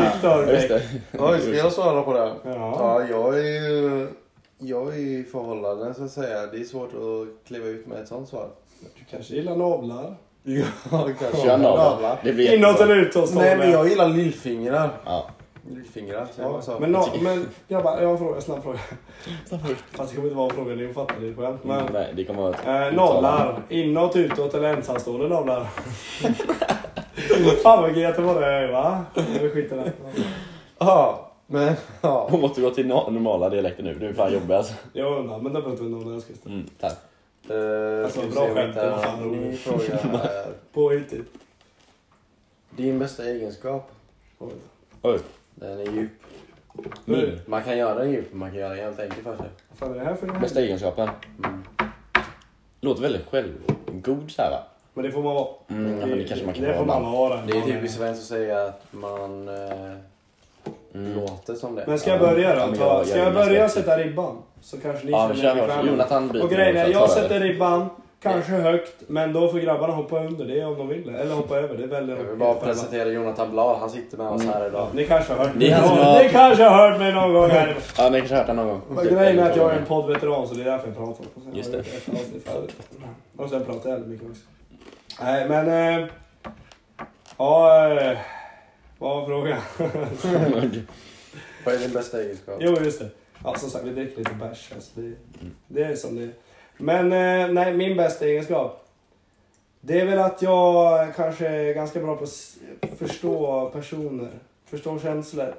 [SPEAKER 1] Viktor
[SPEAKER 2] Ja, Just
[SPEAKER 1] Bäck.
[SPEAKER 2] det.
[SPEAKER 3] Oj, ska jag svara på det?
[SPEAKER 1] Mm. Ja.
[SPEAKER 3] Ja, jag är ju... Jag är i förhållanden så att säga. Det är svårt att kliva ut med ett sånt svar.
[SPEAKER 1] Du kanske gillar navlar?
[SPEAKER 3] Ja, kanske.
[SPEAKER 2] Kör navlar.
[SPEAKER 3] Navlar.
[SPEAKER 2] Det blir
[SPEAKER 1] Inåt
[SPEAKER 2] jättebra.
[SPEAKER 1] eller utåt? står
[SPEAKER 3] Nej,
[SPEAKER 1] det.
[SPEAKER 3] men jag gillar lillfingrar.
[SPEAKER 2] Ja.
[SPEAKER 3] Lillfingrar, säger man
[SPEAKER 1] Ja,
[SPEAKER 3] så?
[SPEAKER 1] men, na- men grabbar, jag har en fråga, en snabb fråga. Fast det kommer inte vara en fråga, ni fattar det själv. Men,
[SPEAKER 2] Mm, Nej, det kommer att vara
[SPEAKER 1] eh,
[SPEAKER 2] ett
[SPEAKER 1] navlar, inåt, utåt eller ensamstående navlar? Fan vad göteborgare jag är va? Nu skiter det.
[SPEAKER 3] Ja, men... Ja.
[SPEAKER 2] Hon måste gå till no- normala dialekter nu. Du är fan jobbig alltså.
[SPEAKER 1] Jag undrar, men det behöver inte vara någon önskelista.
[SPEAKER 2] Mm, tack.
[SPEAKER 3] Uh,
[SPEAKER 1] Alltså, bra skämt, det var fan
[SPEAKER 3] Min
[SPEAKER 1] roligt.
[SPEAKER 3] fråga är...
[SPEAKER 1] Påhittigt.
[SPEAKER 3] Din bästa egenskap?
[SPEAKER 1] Oj.
[SPEAKER 2] Oj.
[SPEAKER 3] Den är djup.
[SPEAKER 1] Min.
[SPEAKER 3] Man kan göra den djup, men man kan göra den helt enkel för sig.
[SPEAKER 1] Vad fan är det här för
[SPEAKER 2] Bästa egenskapen?
[SPEAKER 1] Mm.
[SPEAKER 2] Låter väldigt självgod så här va?
[SPEAKER 1] Men det får man vara.
[SPEAKER 2] Mm, ja, men det kanske man kan
[SPEAKER 1] det får
[SPEAKER 2] vara.
[SPEAKER 1] man vara. den
[SPEAKER 3] Det är
[SPEAKER 1] dagen.
[SPEAKER 3] typiskt svenskt att säga att man eh,
[SPEAKER 2] Mm.
[SPEAKER 3] låter som det.
[SPEAKER 1] Men ska jag börja
[SPEAKER 2] Ja,
[SPEAKER 1] då?
[SPEAKER 2] men
[SPEAKER 1] Ta,
[SPEAKER 2] jag-
[SPEAKER 1] ska
[SPEAKER 2] jag
[SPEAKER 1] jag
[SPEAKER 2] är mest
[SPEAKER 1] börja
[SPEAKER 2] aktiv.
[SPEAKER 1] sätta ribban? Så kanske ni
[SPEAKER 2] Ja, vi kör
[SPEAKER 1] er
[SPEAKER 2] vars.
[SPEAKER 1] bekväma.
[SPEAKER 2] Jonathan byter.
[SPEAKER 1] Och grejen är,
[SPEAKER 2] också.
[SPEAKER 1] jag
[SPEAKER 2] Ta det.
[SPEAKER 1] sätter ribban, kanske högt, men då får grabbarna hoppa under det om de vill. det. Eller hoppa över, det väljer
[SPEAKER 3] Jag
[SPEAKER 1] de
[SPEAKER 3] vill bara
[SPEAKER 1] själva.
[SPEAKER 3] presentera Jonathan Blad, han sitter med oss här idag.
[SPEAKER 1] Ni kanske har hört
[SPEAKER 2] Det
[SPEAKER 1] mig
[SPEAKER 2] är han som
[SPEAKER 1] någon
[SPEAKER 2] har-
[SPEAKER 1] Ni kanske har hört mig någon gång här.
[SPEAKER 2] Ja, ni kanske har hört den någon gång.
[SPEAKER 1] Men Grejen är att jag är en poddveteran så det är därför jag pratar. Och sen
[SPEAKER 2] Just
[SPEAKER 1] har jag gjort ett avsnitt förut. Och sen pratar jag jävligt mycket också. Nej men... Eh, ja... Eh, vad var frågan?
[SPEAKER 3] Vad är din bästa egenskap?
[SPEAKER 1] Jo, just det. Ja, som sagt, vi dricker lite bärs. Alltså det, det är som det är. Men eh, nej, min bästa egenskap. Det är väl att jag kanske är ganska bra på att s- förstå personer. Förstå känslor.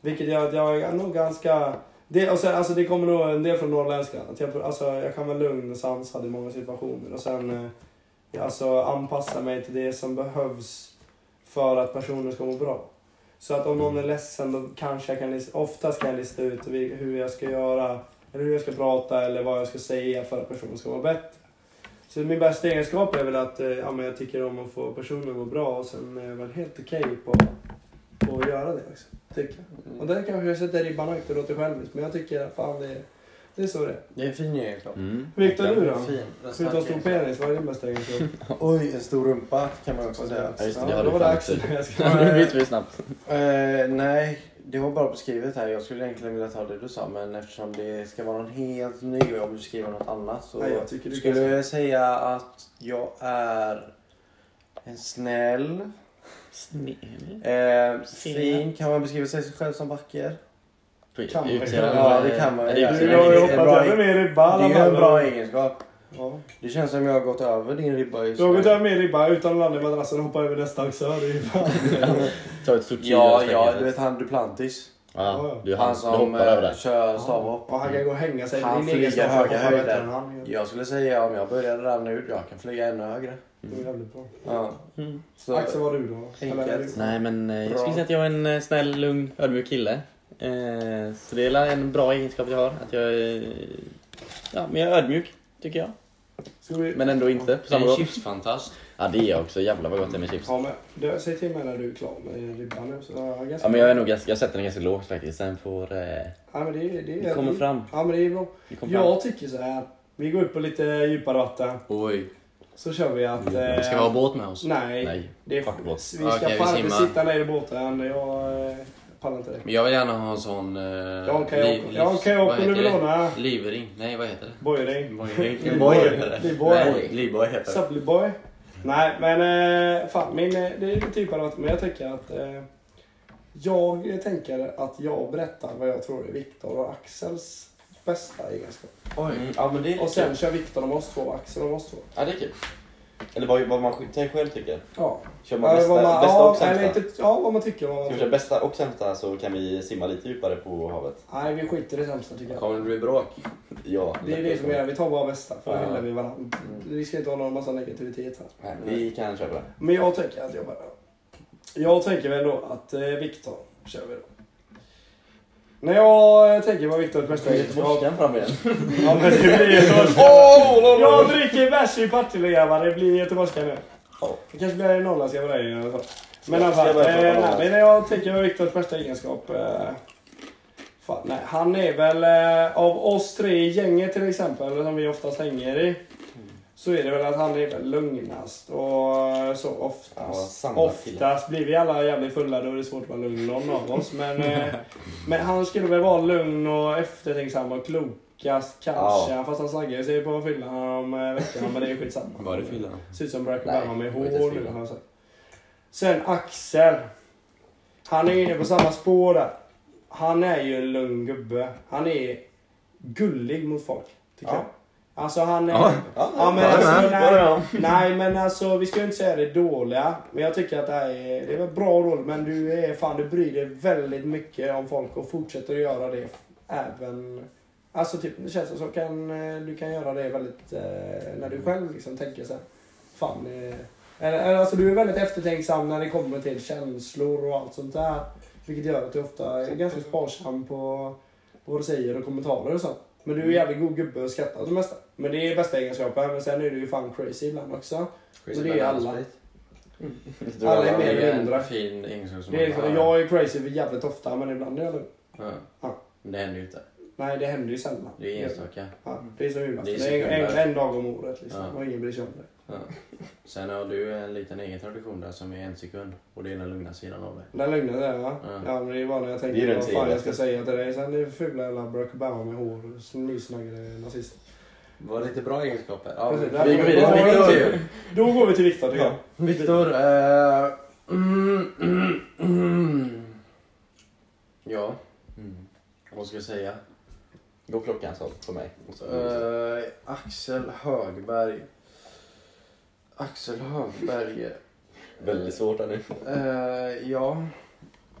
[SPEAKER 1] Vilket gör att jag är nog ganska... Det, och sen, alltså, det kommer nog en del från norrländska. Att jag, alltså, jag kan vara lugn och sansad i många situationer. Och sen eh, jag alltså, anpassa mig till det som behövs för att personen ska må bra. Så att om någon är ledsen då kanske jag kan, list- oftast kan jag lista ut vi- hur jag ska göra, eller hur jag ska prata eller vad jag ska säga för att personen ska må bättre. Så min bästa egenskap är väl att eh, ja, men jag tycker om att få personen att må bra och sen är jag väl helt okej på, på att göra det också. Tycker jag. Och där kanske jag sätter ribban högt och låter självisk men jag tycker fan det är, det är så det är.
[SPEAKER 3] Det är en fin egenskap.
[SPEAKER 2] Mm.
[SPEAKER 1] Viktor du då?
[SPEAKER 3] Fin. Den
[SPEAKER 1] Förutom stor
[SPEAKER 3] starka.
[SPEAKER 1] penis, vad är din bästa egenskap?
[SPEAKER 3] Oj, en stor rumpa kan man också säga.
[SPEAKER 2] Ja, just det, det
[SPEAKER 1] Ja,
[SPEAKER 2] har
[SPEAKER 1] då var
[SPEAKER 2] du
[SPEAKER 1] det
[SPEAKER 2] fan
[SPEAKER 1] Axel.
[SPEAKER 2] inte.
[SPEAKER 1] Jag ska-
[SPEAKER 2] Nu byter vi snabbt.
[SPEAKER 3] Eh, nej, det var bra beskrivet här. Jag skulle egentligen vilja ta det du sa, men eftersom det ska vara någon helt ny och jag vill skriva något annat så
[SPEAKER 1] Nej, jag tycker du
[SPEAKER 3] skulle
[SPEAKER 1] kan-
[SPEAKER 3] jag säga att jag är en snäll,
[SPEAKER 8] Snäll.
[SPEAKER 3] eh,
[SPEAKER 8] Snäll.
[SPEAKER 3] fin. Kan man beskriva sig själv som vacker?
[SPEAKER 1] Kan man
[SPEAKER 2] Utseende.
[SPEAKER 3] Ja, det kan man.
[SPEAKER 2] Är
[SPEAKER 3] Ja,
[SPEAKER 2] det
[SPEAKER 1] Du jag har ju
[SPEAKER 3] det är
[SPEAKER 2] utseende?
[SPEAKER 3] en bra-
[SPEAKER 1] hoppat över min ribba i
[SPEAKER 3] Det är
[SPEAKER 1] alla
[SPEAKER 3] ju en
[SPEAKER 1] fall.
[SPEAKER 3] bra egenskap.
[SPEAKER 1] Ja.
[SPEAKER 3] Det känns som jag har gått över din ribba just
[SPEAKER 1] Du har
[SPEAKER 3] nu.
[SPEAKER 1] gått över min ribba utan att landa i madrassen och hoppa över nästa också. Det är ju fan...
[SPEAKER 2] Ta ett stort kilo och
[SPEAKER 3] Ja,
[SPEAKER 2] slänga
[SPEAKER 3] ja,
[SPEAKER 2] det.
[SPEAKER 3] du vet han Duplantis.
[SPEAKER 2] Ja, du
[SPEAKER 3] Han
[SPEAKER 2] han du
[SPEAKER 3] som
[SPEAKER 2] hoppar över
[SPEAKER 3] eh,
[SPEAKER 2] där.
[SPEAKER 3] kör stavhopp.
[SPEAKER 1] Och han kan gå och hänga sig.
[SPEAKER 3] Han
[SPEAKER 1] Din
[SPEAKER 3] flyger
[SPEAKER 1] egenskap
[SPEAKER 3] höga
[SPEAKER 1] att hoppa
[SPEAKER 3] höjder.
[SPEAKER 1] bättre än han gör.
[SPEAKER 3] Jag skulle säga om jag började där nu, jag kan flyga ännu högre.
[SPEAKER 1] Det är jävligt bra.
[SPEAKER 3] Ja.
[SPEAKER 8] Mm.
[SPEAKER 3] Så,
[SPEAKER 1] Axel, vad har du då?
[SPEAKER 3] Enkelt.
[SPEAKER 1] Eller är du-
[SPEAKER 8] Nej, men eh,
[SPEAKER 3] Bra.
[SPEAKER 8] jag skulle säga att jag är en eh, snäll, lugn, ödmjuk kille. Eh, så det är la- en bra egenskap jag har. Att jag är, ja, men jag är ödmjuk, tycker jag.
[SPEAKER 1] Ska vi...
[SPEAKER 8] Men ändå inte. På samma
[SPEAKER 2] En
[SPEAKER 8] gång.
[SPEAKER 2] chipsfantast. Ja, det är jag också. Jävlar vad gott det är med chips.
[SPEAKER 1] Ja, men, du, säg till mig när du är klar med ribban nu. Så jag har ganska...
[SPEAKER 2] Ja, men jag, är nog, ganska- jag sätter den ganska lågt faktiskt. Sen får... Eh,
[SPEAKER 1] Ja, men det, är- det, är-
[SPEAKER 2] vi kommer fram.
[SPEAKER 1] Ja, men det är bra.
[SPEAKER 2] Vi kommer fram.
[SPEAKER 1] Jag tycker så här. Vi går upp på lite djupare vatten.
[SPEAKER 7] Oj.
[SPEAKER 1] Så kör vi att...
[SPEAKER 5] Mm.
[SPEAKER 7] Det ska
[SPEAKER 1] eh,
[SPEAKER 7] vara båt med oss.
[SPEAKER 1] Nej.
[SPEAKER 2] Nej.
[SPEAKER 1] Det är
[SPEAKER 2] fuck
[SPEAKER 1] Vi
[SPEAKER 2] båt.
[SPEAKER 1] ska
[SPEAKER 7] Okej, vi
[SPEAKER 1] fan inte
[SPEAKER 7] simmar.
[SPEAKER 1] sitta ner i båten. Jag eh, pallar inte det.
[SPEAKER 7] Men jag vill gärna ha en sån... Eh,
[SPEAKER 1] Jag har kajak. Jag har
[SPEAKER 7] vad
[SPEAKER 1] kajak om
[SPEAKER 7] heter
[SPEAKER 1] du vill
[SPEAKER 7] det?
[SPEAKER 1] låna.
[SPEAKER 7] Livring. Nej, vad heter det?
[SPEAKER 1] Bojring.
[SPEAKER 7] Livring.
[SPEAKER 1] Livboj.
[SPEAKER 7] Nej,
[SPEAKER 1] Livboj.
[SPEAKER 7] livboj heter det.
[SPEAKER 1] Supply boy. Nej, men eh, fan, min, eh, det är lite typ av något, men jag tänker att eh, jag tänker att jag berättar vad jag tror är Viktor och Axels bästa egenskap.
[SPEAKER 3] Oj.
[SPEAKER 2] Mm. Ja, men det är
[SPEAKER 1] Och sen kör Viktor om oss två och Axel om oss två.
[SPEAKER 2] Ja, det är kul. Eller vad, vad man sk- sig själv tycker.
[SPEAKER 1] Ja.
[SPEAKER 2] Kör man bästa, bästa
[SPEAKER 1] ja,
[SPEAKER 2] och sämsta?
[SPEAKER 1] nej, men inte, ja, vad man tycker. Vad
[SPEAKER 2] Ska
[SPEAKER 1] man
[SPEAKER 2] vi köra
[SPEAKER 1] tycker.
[SPEAKER 2] bästa och sämsta så kan vi simma lite djupare på havet.
[SPEAKER 1] Nej, vi skiter i det sämsta tycker jag.
[SPEAKER 5] Kommer det bli bråk?
[SPEAKER 2] Ja.
[SPEAKER 1] Det är det som gör, vi tar bara bästa. För då
[SPEAKER 2] Ja.
[SPEAKER 1] hyllar vi varandra. Vi ska inte ha någon massa negativitet här.
[SPEAKER 2] Nej, Vi kan köpa det.
[SPEAKER 1] Men jag tänker att jag bara... Jag tänker väl då att eh, Viktor kör vi då. När jag eh, tänker på Viktors bästa egenskap...
[SPEAKER 2] Göteborgskan fram igen.
[SPEAKER 1] Ja men det blir Göteborgskan. Jag dricker bärs i Partille grabbar, det blir göteborgska nu.
[SPEAKER 2] Ja.
[SPEAKER 1] Det kanske blir norrländska på dig eller så. Men i
[SPEAKER 2] jag-
[SPEAKER 1] alla fall,
[SPEAKER 2] ska jag börja prata
[SPEAKER 1] eh, nej,
[SPEAKER 2] norrländska?
[SPEAKER 1] men när jag tänker på Viktors bästa egenskap... Eh, fan, nej, han är väl eh, av oss tre i gänget till exempel, som vi oftast hänger i. Så är det väl att han är väl lugnast och eh, så
[SPEAKER 2] Ja,
[SPEAKER 1] oftast.
[SPEAKER 2] samma kille.
[SPEAKER 1] Oftast blir vi alla jävligt fulla, då är det svårt att vara lugn någon av oss. Men, eh, men han skulle väl vara lugn och eftertänksam och klokast kanske. Fast han snackade sig på fyllan om eh, veckan, men det är skitsamma.
[SPEAKER 5] Var det fyllan?
[SPEAKER 1] Ser ut som Barack
[SPEAKER 2] Nej,
[SPEAKER 1] Obama med
[SPEAKER 2] det var inte ens
[SPEAKER 1] hår nu.
[SPEAKER 2] fyllan.
[SPEAKER 1] har jag sagt. Sen Axel. Han är inne på samma spår där. Han är ju en lugn gubbe. Han är gullig mot folk, tycker
[SPEAKER 2] Ja.
[SPEAKER 1] jag. Alltså han är...
[SPEAKER 2] Ja,
[SPEAKER 1] Ja, men
[SPEAKER 2] bra.
[SPEAKER 1] alltså,
[SPEAKER 2] Bra, bra.
[SPEAKER 1] nej, nej men alltså vi ska ju inte säga det dåliga. Men jag tycker att det här är, det är väl bra roll men du är fan du bryr dig väldigt mycket om folk och fortsätter att göra det även... Alltså typ det känns som kan, eh, du kan göra det väldigt eh, när du själv liksom tänker så här, Fan eh, eller, eller, alltså du är väldigt eftertänksam när det kommer till känslor och allt sånt där. Vilket gör att du ofta är ganska sparsam på vad du säger och kommentarer och sånt. Men du är en
[SPEAKER 3] Mm.
[SPEAKER 1] jävligt god gubbe och skrattar åt det mesta. Men det är bästa egenskapen. Men sen är du ju fan crazy ibland också. Och det är alla. Alla är mer
[SPEAKER 3] Det är
[SPEAKER 1] eller
[SPEAKER 3] en
[SPEAKER 1] mindre.
[SPEAKER 3] fin egenskap som
[SPEAKER 1] Det är,
[SPEAKER 3] man har.
[SPEAKER 1] jag är crazy för jävligt ofta men ibland är jag lugn.
[SPEAKER 3] Ja. Men det händer ju inte.
[SPEAKER 1] Nej det händer ju sällan.
[SPEAKER 3] Det är enstaka.
[SPEAKER 1] Ja, det är som julafton.
[SPEAKER 3] Det är
[SPEAKER 1] Det är en,
[SPEAKER 3] sekunder.
[SPEAKER 1] en dag om året liksom.
[SPEAKER 3] Ja.
[SPEAKER 1] Och ingen bryr sig om det.
[SPEAKER 3] Ja. Sen har du en liten egen tradition där som är en sekund. Och det är den lugna sidan av dig.
[SPEAKER 1] Den lögnen där ja.
[SPEAKER 3] Ja.
[SPEAKER 1] Ja men det är bara när jag
[SPEAKER 2] Det är
[SPEAKER 1] tänker
[SPEAKER 2] den
[SPEAKER 1] på vad fan
[SPEAKER 2] tiden.
[SPEAKER 1] jag ska säga till dig. Sen är det fula jävla Barack Obama med hår. och Nysnaggade nazist.
[SPEAKER 3] Var det lite bra egenskaper? Ja,
[SPEAKER 1] Precis,
[SPEAKER 3] vi-
[SPEAKER 1] där
[SPEAKER 3] vi
[SPEAKER 1] var
[SPEAKER 3] går
[SPEAKER 1] det.
[SPEAKER 3] vidare till
[SPEAKER 1] Ja,
[SPEAKER 3] Viktor.
[SPEAKER 1] ja, Då går vi till Viktor tycker jag.
[SPEAKER 3] Viktor, eh, mm, mm, mm. Ja, vad ska jag säga?
[SPEAKER 2] Gå Mm. klockan så för mig. Och så-
[SPEAKER 3] Eh, Axel Högberg. Axel Högberg.
[SPEAKER 2] Väldigt svårt här nu.
[SPEAKER 3] Eh, ja.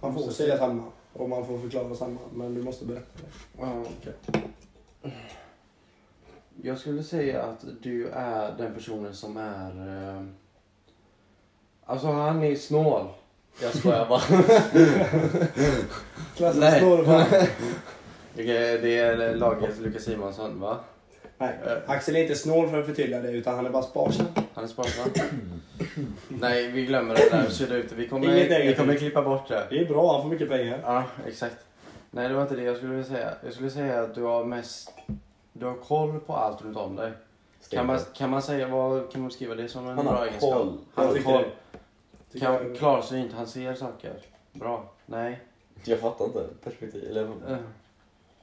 [SPEAKER 1] Man får
[SPEAKER 3] Måste
[SPEAKER 1] säga samma. Och man får förklara samma. Men du måste berätta det.
[SPEAKER 3] ja. Jag skulle säga att du är den personen som är... eh, alltså han är snål. Jag skojar bara.
[SPEAKER 1] Klassiskt
[SPEAKER 3] Nej.
[SPEAKER 1] snålfan.
[SPEAKER 3] Okej, det är laget Lukas Simonsson va? Eh,
[SPEAKER 1] Nej, Axel är inte snål för att förtydliga det utan han är bara sparsam.
[SPEAKER 3] Han är sparsam. Nej, vi glömmer det där. Sudda ut det. Vi
[SPEAKER 1] Inget
[SPEAKER 3] kommer, vi
[SPEAKER 1] negativt.
[SPEAKER 3] kommer klippa bort det.
[SPEAKER 1] Det är bra, han får mycket pengar.
[SPEAKER 3] Ja, exakt. Nej, det var inte det jag skulle vilja säga. Jag skulle säga att du har mest... Du har koll på allt runt om dig. Kan man, kan man säga vad... Kan man skriva det som en
[SPEAKER 2] Han
[SPEAKER 3] bra
[SPEAKER 2] har
[SPEAKER 3] egenskap?
[SPEAKER 2] koll.
[SPEAKER 3] Han har
[SPEAKER 1] Tycker
[SPEAKER 3] koll.
[SPEAKER 1] det. Tycker
[SPEAKER 3] Kan,
[SPEAKER 1] jag-
[SPEAKER 3] klarsynt, han ser saker. Bra. Nej.
[SPEAKER 2] Jag fattar inte perspektiv. Eller...
[SPEAKER 3] Eh,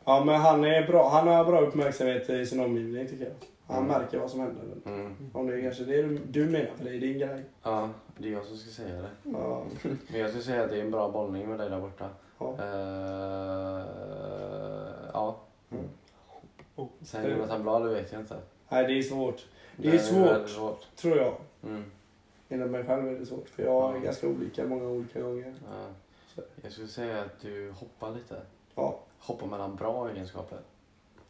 [SPEAKER 1] Ja men han är bra, han har bra uppmärksamhet i sin omgivning tycker jag. Han märker vad som händer.
[SPEAKER 3] Mm.
[SPEAKER 1] Om det är kanske det du, du menar för det är din grej.
[SPEAKER 3] Ja, det är jag som ska säga det.
[SPEAKER 1] Ja,
[SPEAKER 3] Men jag skulle säga att det är en bra bollning med dig där borta.
[SPEAKER 1] ja.
[SPEAKER 3] Eh, ja.
[SPEAKER 1] Mm.
[SPEAKER 3] Sen Jonathan Blad, det vet jag inte.
[SPEAKER 1] Nej det är svårt. Det är svårt.
[SPEAKER 3] svårt. väldigt svårt.
[SPEAKER 1] Tror jag.
[SPEAKER 3] Mm.
[SPEAKER 1] Inom mig själv är det svårt. För jag är
[SPEAKER 3] Ja.
[SPEAKER 1] ganska olika många olika gånger.
[SPEAKER 3] Ja. Jag skulle säga att du hoppar lite.
[SPEAKER 1] Ja,
[SPEAKER 3] Hoppar mellan bra egenskaper.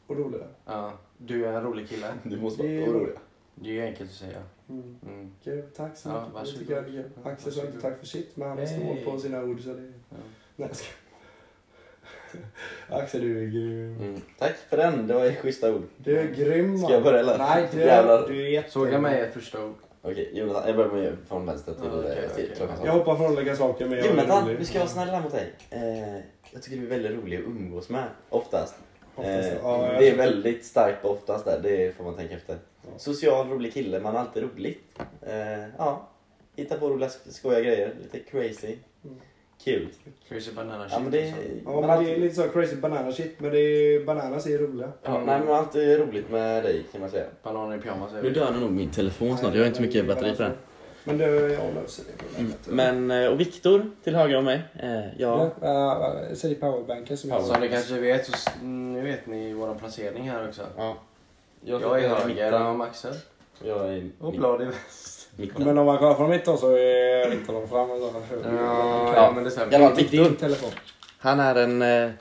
[SPEAKER 1] och roliga.
[SPEAKER 3] Ja. Du är en rolig kille.
[SPEAKER 2] Du måste
[SPEAKER 1] Det är
[SPEAKER 2] vara orolig.
[SPEAKER 3] Det är ju enkelt att säga.
[SPEAKER 1] Mm.
[SPEAKER 3] Mm.
[SPEAKER 1] Kul, tack så
[SPEAKER 3] Ja,
[SPEAKER 1] mycket. det
[SPEAKER 3] varsågod.
[SPEAKER 1] tycker jag är kul.
[SPEAKER 3] Ja,
[SPEAKER 1] Axel sa inte
[SPEAKER 3] varsågod.
[SPEAKER 1] tack för sitt men han är
[SPEAKER 3] Nej.
[SPEAKER 1] snål på sina ord så det...
[SPEAKER 3] Ja.
[SPEAKER 1] Nej jag skojar. Axel du är grym.
[SPEAKER 2] Mm. Tack för den, det var ju schyssta ord.
[SPEAKER 1] Du är grym
[SPEAKER 2] Ska jag börja eller?
[SPEAKER 1] Nej, du,
[SPEAKER 2] Jävlar.
[SPEAKER 1] du är jätte...
[SPEAKER 3] Såga mig ett första ord.
[SPEAKER 2] Okej, Jonathan. Jag börjar med från vänster till, eh,
[SPEAKER 3] Ja, Ah, okej,
[SPEAKER 2] till
[SPEAKER 3] okej.
[SPEAKER 2] klockan.
[SPEAKER 1] Jag hoppar från olika saker men jag
[SPEAKER 2] Jonathan,
[SPEAKER 1] rolig.
[SPEAKER 2] vi ska vara snälla mot dig. Eh, jag tycker du är väldigt rolig att umgås med, oftast.
[SPEAKER 1] Oftast,
[SPEAKER 2] eh,
[SPEAKER 1] ja, jag-
[SPEAKER 2] det är väldigt starkt på oftast där, det får man tänka efter.
[SPEAKER 1] Ja.
[SPEAKER 2] Social, rolig kille, man har alltid roligt. Eh, ja, hitta på roliga sk- skojiga grejer, lite crazy.
[SPEAKER 1] Mm.
[SPEAKER 2] Kul.
[SPEAKER 3] Crazy banana shit.
[SPEAKER 2] Ja, men det,
[SPEAKER 3] alltså.
[SPEAKER 1] Ja,
[SPEAKER 2] man
[SPEAKER 1] men det är
[SPEAKER 2] alltid,
[SPEAKER 1] lite så crazy banana shit men det är, bananas är roliga.
[SPEAKER 2] ja, nej, men alltid är roligt med dig kan man säga.
[SPEAKER 3] Bananer i pyjamas är vi.
[SPEAKER 2] Nu dör nog min telefon snart, jag har inte mycket batteri på den.
[SPEAKER 1] Men du, jag löser det.
[SPEAKER 2] Men, eh, och Viktor till höger om mig. Eh, ja.
[SPEAKER 1] Ja, äh, säg powerbanken som jag
[SPEAKER 3] Som ni kanske vet så s- nu vet ni vår placering här också.
[SPEAKER 2] ja.
[SPEAKER 3] Jag är
[SPEAKER 2] sitter i
[SPEAKER 3] höger
[SPEAKER 2] mitten.
[SPEAKER 3] om Axel.
[SPEAKER 2] Jag är...
[SPEAKER 1] Och blad i väst.
[SPEAKER 2] Mitten.
[SPEAKER 5] Men om man kollar från mitten så är Viktor fram och så.
[SPEAKER 1] Ja,
[SPEAKER 2] Ja.
[SPEAKER 1] ja, men det stämmer.
[SPEAKER 2] Jävlar,
[SPEAKER 5] Din
[SPEAKER 2] Viktor.
[SPEAKER 5] telefon.
[SPEAKER 2] Han är en, eh,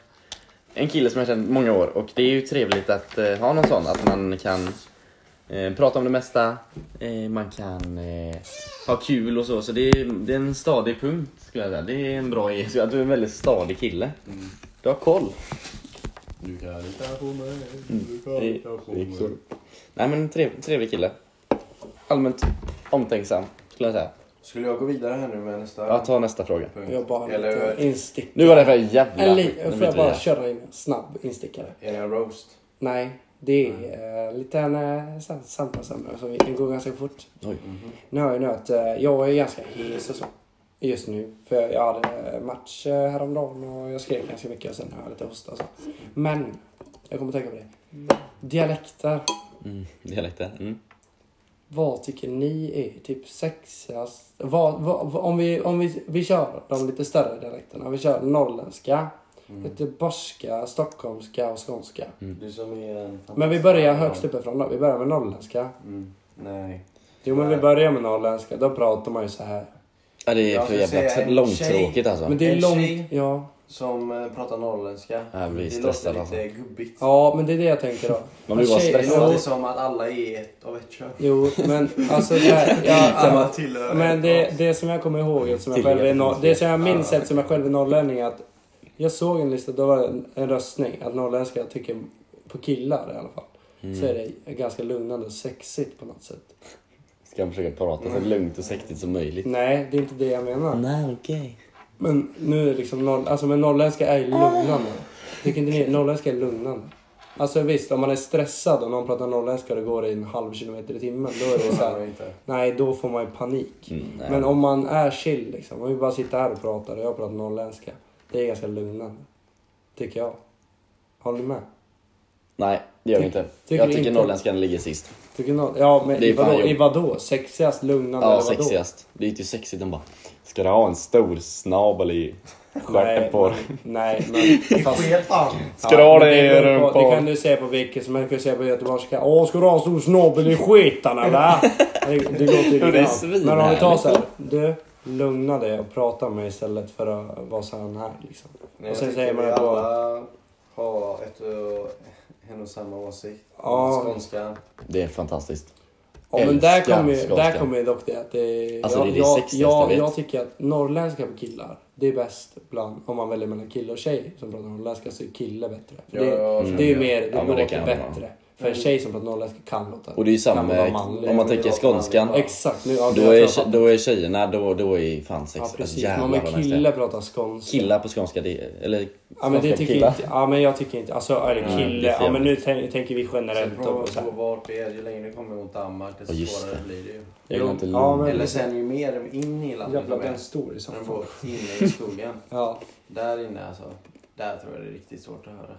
[SPEAKER 2] en kille som jag känt många år och det är ju trevligt att eh, ha någon sån. Att man kan eh, prata om det mesta, eh, man kan eh, ha kul och så. Så det är, det är en stadig punkt skulle jag säga. Det är en bra egenskap. Du är en väldigt stadig kille. Du har koll.
[SPEAKER 9] Mm.
[SPEAKER 2] Mm.
[SPEAKER 9] Du kan inte.
[SPEAKER 2] Det- det är så. Nej men trev, trevlig kille. Allmänt omtänksam skulle jag säga.
[SPEAKER 3] Skulle jag gå vidare här nu med nästa?
[SPEAKER 2] Jag tar nästa fråga.
[SPEAKER 5] Jag har bara en
[SPEAKER 3] Eller-
[SPEAKER 5] liten instick.
[SPEAKER 2] Nu var det för jävla...
[SPEAKER 5] En
[SPEAKER 2] nu
[SPEAKER 5] liten, får jag
[SPEAKER 2] byter vi
[SPEAKER 5] bara
[SPEAKER 2] här.
[SPEAKER 5] köra in en snabb instickare?
[SPEAKER 3] Är det en roast?
[SPEAKER 5] Nej, det är mm. lite en eh, sam- samtalsämne som vi- det går ganska fort.
[SPEAKER 2] Oj.
[SPEAKER 3] Mhm.
[SPEAKER 5] Nu har jag nu att eh, jag är ganska hes och så. Just nu. För jag hade match eh, häromdagen och jag skrev ganska mycket och sen har jag lite hosta och så. Men, jag kommer tänka på det. Dialekter.
[SPEAKER 2] Mm, dialekter. Mm.
[SPEAKER 5] Vad tycker ni är typ sexigast? Vad, vad, om vi, om vi, vi kör de lite större dialekterna. Vi kör norrländska, Mm. göteborgska, stockholmska och skånska.
[SPEAKER 3] Du som är en fantastisk-
[SPEAKER 5] Men vi börjar högst uppifrån då. Vi börjar med norrländska.
[SPEAKER 3] Mm. Nej.
[SPEAKER 5] Jo men vi börjar med norrländska. Då pratar man ju så här.
[SPEAKER 2] Ja, det är
[SPEAKER 3] Jag
[SPEAKER 2] för
[SPEAKER 3] skulle
[SPEAKER 2] jävla
[SPEAKER 3] säga
[SPEAKER 2] t-
[SPEAKER 3] en
[SPEAKER 2] långtråkigt alltså.
[SPEAKER 5] Men det är
[SPEAKER 3] En
[SPEAKER 5] långt.
[SPEAKER 3] tjej.
[SPEAKER 5] Ja.
[SPEAKER 3] Som eh, pratar norrländska.
[SPEAKER 2] Jag blir
[SPEAKER 3] det
[SPEAKER 2] stressad
[SPEAKER 3] låter
[SPEAKER 2] alltså.
[SPEAKER 3] lite gubbigt.
[SPEAKER 5] ja men det är det jag tänker då.
[SPEAKER 2] Man blir bara
[SPEAKER 5] Tjej-
[SPEAKER 3] Det låter
[SPEAKER 2] stressad.
[SPEAKER 3] som att alla är ett av ett kön.
[SPEAKER 5] Jo men alltså så här, ja,
[SPEAKER 3] Alla tillhör
[SPEAKER 5] Men
[SPEAKER 3] ett
[SPEAKER 5] det,
[SPEAKER 3] ras.
[SPEAKER 5] det som jag kommer ihåg, eftersom jag själv är norr, det som jag minns eftersom jag själv är norrlänning är att jag såg en lista, då var det en, en röstning, att norrländska tycker på killar i alla fall. Så är det ganska lugnande och sexigt på något sätt.
[SPEAKER 2] Ska jag försöka prata så lugnt och sektigt som möjligt?
[SPEAKER 5] Nej, det är inte det jag menar.
[SPEAKER 2] Nej, okej.
[SPEAKER 5] Men nu är liksom norr, alltså men norrländska är ju lugnande. Tycker inte ni? Norrländska är lugnande. Alltså visst, om man är stressad och någon pratar norrländska och det går i en halv kilometer i timmen, då är det så här, nej då får man ju panik.
[SPEAKER 2] Mm, nej.
[SPEAKER 5] Men om man är chill liksom, om vi bara sitter här och pratar och jag pratar norrländska. Det är ganska lugnande. Tycker jag. Håller du med?
[SPEAKER 2] Nej, det gör vi inte.
[SPEAKER 5] Tycker
[SPEAKER 2] jag
[SPEAKER 5] du
[SPEAKER 2] tycker
[SPEAKER 5] inte?
[SPEAKER 2] norrländskan ligger sist.
[SPEAKER 5] Tycker någon? Ja men
[SPEAKER 2] Det
[SPEAKER 5] i
[SPEAKER 2] är fan
[SPEAKER 5] vadå,
[SPEAKER 2] jobb.
[SPEAKER 5] i vadå? Sexigast, lugnande
[SPEAKER 2] Ja,
[SPEAKER 5] eller vadå?
[SPEAKER 2] sexigast. Det är inte sexigt, den bara... Ska du ha en stor snabel i
[SPEAKER 5] Nej,
[SPEAKER 2] stjärten på dig?
[SPEAKER 5] men- Nej men fast...
[SPEAKER 2] Ska du ha
[SPEAKER 5] men
[SPEAKER 2] det i
[SPEAKER 5] beror på- Det kan
[SPEAKER 2] rumpan?
[SPEAKER 5] du säga på vilket som helst. Du kan säga på göteborgska. Åh, ska du ha en stor snobbel i skitan eller? Det, det låter ju
[SPEAKER 2] Det är liksom.
[SPEAKER 5] likadant.
[SPEAKER 2] svinhärligt.
[SPEAKER 5] Men om vi tar så här. Du, lugna dig och prata med mig istället för att vara så här här liksom.
[SPEAKER 3] Nej,
[SPEAKER 5] och sen
[SPEAKER 3] jag
[SPEAKER 5] säger
[SPEAKER 3] tycker
[SPEAKER 5] man
[SPEAKER 3] vi
[SPEAKER 5] på-
[SPEAKER 3] alla har ett och en och samma åsikt.
[SPEAKER 5] Ja.
[SPEAKER 3] Skånskan.
[SPEAKER 2] Det är fantastiskt.
[SPEAKER 5] Ja, men där
[SPEAKER 2] Älskar
[SPEAKER 5] kommer ju, där
[SPEAKER 2] skånska.
[SPEAKER 5] kommer ju dock det att det
[SPEAKER 2] Alltså, det är det
[SPEAKER 5] jag,
[SPEAKER 2] sexigaste jag
[SPEAKER 5] jag,
[SPEAKER 2] vet.
[SPEAKER 5] jag tycker att norrländska på killar, det är bäst bland, om man väljer mellan kille och tjej som pratar norrländska så är kille bättre. För
[SPEAKER 3] Ja, Mm.
[SPEAKER 5] det,
[SPEAKER 3] jag
[SPEAKER 5] det är ju
[SPEAKER 3] känner
[SPEAKER 5] mer, det
[SPEAKER 2] Ja, men det
[SPEAKER 5] låter
[SPEAKER 2] kan jag hålla
[SPEAKER 5] bättre. För en tjej som pratar norrländska kan låta
[SPEAKER 2] Och det är ju
[SPEAKER 5] kan
[SPEAKER 2] samma...
[SPEAKER 5] vara manlig.
[SPEAKER 2] Om man tänker skånskan,
[SPEAKER 5] Exakt. Nu, ja,
[SPEAKER 2] då är,
[SPEAKER 5] jag tror jag
[SPEAKER 2] tje-
[SPEAKER 5] fattar.
[SPEAKER 2] då är tjejerna, då, då är fan sex...
[SPEAKER 5] Ja
[SPEAKER 2] alltså,
[SPEAKER 5] precis,
[SPEAKER 2] jävlar
[SPEAKER 5] men om
[SPEAKER 2] vad
[SPEAKER 5] en
[SPEAKER 2] nice det är.
[SPEAKER 5] kille pratar skånska.
[SPEAKER 2] Killar på skånska, det, eller
[SPEAKER 5] Ja men, det
[SPEAKER 2] skånska
[SPEAKER 5] tycker
[SPEAKER 2] killar.
[SPEAKER 5] inte, ja men jag tycker inte, alltså är det
[SPEAKER 2] Nej,
[SPEAKER 5] kille,
[SPEAKER 2] det är fel.
[SPEAKER 5] ja men nu tän- tänker vi
[SPEAKER 3] Sen
[SPEAKER 5] generellt.
[SPEAKER 3] beror
[SPEAKER 5] Och
[SPEAKER 3] det
[SPEAKER 5] så
[SPEAKER 3] på
[SPEAKER 5] här.
[SPEAKER 3] vart det är. Ju längre det kommer mot Danmark
[SPEAKER 2] Ja,
[SPEAKER 3] desto
[SPEAKER 2] just
[SPEAKER 3] svårare
[SPEAKER 2] det.
[SPEAKER 3] blir det ju.
[SPEAKER 2] Jag gillar inte
[SPEAKER 5] Jo, ja, men-
[SPEAKER 3] Eller sen ju mer in i landet
[SPEAKER 5] Jävlar
[SPEAKER 3] de
[SPEAKER 5] vad
[SPEAKER 3] är.
[SPEAKER 5] den står i så
[SPEAKER 3] När de
[SPEAKER 5] fall.
[SPEAKER 3] går inne i skogen.
[SPEAKER 5] Ja.
[SPEAKER 3] Där inne alltså. Där tror jag det är riktigt svårt att höra.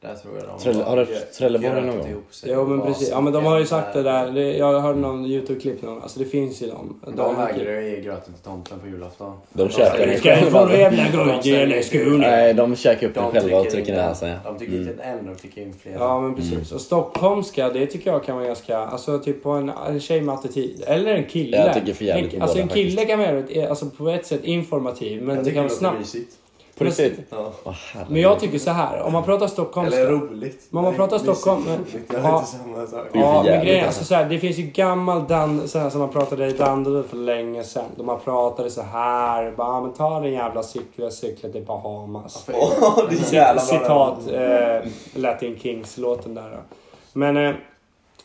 [SPEAKER 3] Där tror jag de
[SPEAKER 2] Trelle- har du
[SPEAKER 3] gö-
[SPEAKER 2] Trelleborg
[SPEAKER 3] grötat
[SPEAKER 2] någon gång?
[SPEAKER 3] ihop sig
[SPEAKER 5] Jo
[SPEAKER 3] och
[SPEAKER 5] men
[SPEAKER 3] bara
[SPEAKER 5] precis. Ja men de har ju sagt det
[SPEAKER 3] sitter
[SPEAKER 5] där. Det- Jag hörde någon YouTube-klipp någon. Alltså det finns ju dem.
[SPEAKER 3] De vägrar ju ge gröten till tomten på julafton.
[SPEAKER 2] De köper det
[SPEAKER 5] Ska du få
[SPEAKER 2] själva.
[SPEAKER 5] jävla gröt i eller skåne?
[SPEAKER 2] Nej, de käkar upp den själva och
[SPEAKER 3] trycker
[SPEAKER 2] trycker
[SPEAKER 3] in
[SPEAKER 2] ner
[SPEAKER 3] den.
[SPEAKER 2] halsen. ja. Mm.
[SPEAKER 3] De tycker inte en, de tycker in flera.
[SPEAKER 5] Ja men precis. Och stockholmska det tycker jag kan vara ganska, alltså typ på en, en tjej med attityd. Eller en kille.
[SPEAKER 2] Jag tycker för jävligt
[SPEAKER 5] en,
[SPEAKER 2] på
[SPEAKER 5] Alltså en
[SPEAKER 2] båda
[SPEAKER 5] kille kan vara jävligt- alltså på ett sätt informativ men
[SPEAKER 3] jag
[SPEAKER 5] det
[SPEAKER 3] tycker det
[SPEAKER 5] kan vara
[SPEAKER 3] låter
[SPEAKER 5] snabbt.
[SPEAKER 3] mysigt.
[SPEAKER 2] På riktigt?
[SPEAKER 3] Ja.
[SPEAKER 2] Åh,
[SPEAKER 5] Men jag tycker så här. om man pratar stockholmska.
[SPEAKER 3] Eller roligt.
[SPEAKER 5] Men om man pratar
[SPEAKER 3] Mysigt och
[SPEAKER 5] Stockholm-
[SPEAKER 3] roligt, Det är
[SPEAKER 5] Ja.
[SPEAKER 3] inte samma sak.
[SPEAKER 2] Det är ju för
[SPEAKER 5] Ja, men
[SPEAKER 2] jävligt,
[SPEAKER 5] grejen,
[SPEAKER 2] alltså.
[SPEAKER 5] alltså, så här, det finns ju gammal dans så här, som man pratade i Danderyd för länge sedan. De man pratade så här. Bara, "Ah, men ta den jävla cykeln, cykla till Bahamas.
[SPEAKER 3] Åh, det är
[SPEAKER 5] Cit-
[SPEAKER 3] jävla
[SPEAKER 5] Citat eh, Latin Kings-låten där. Då. Men eh,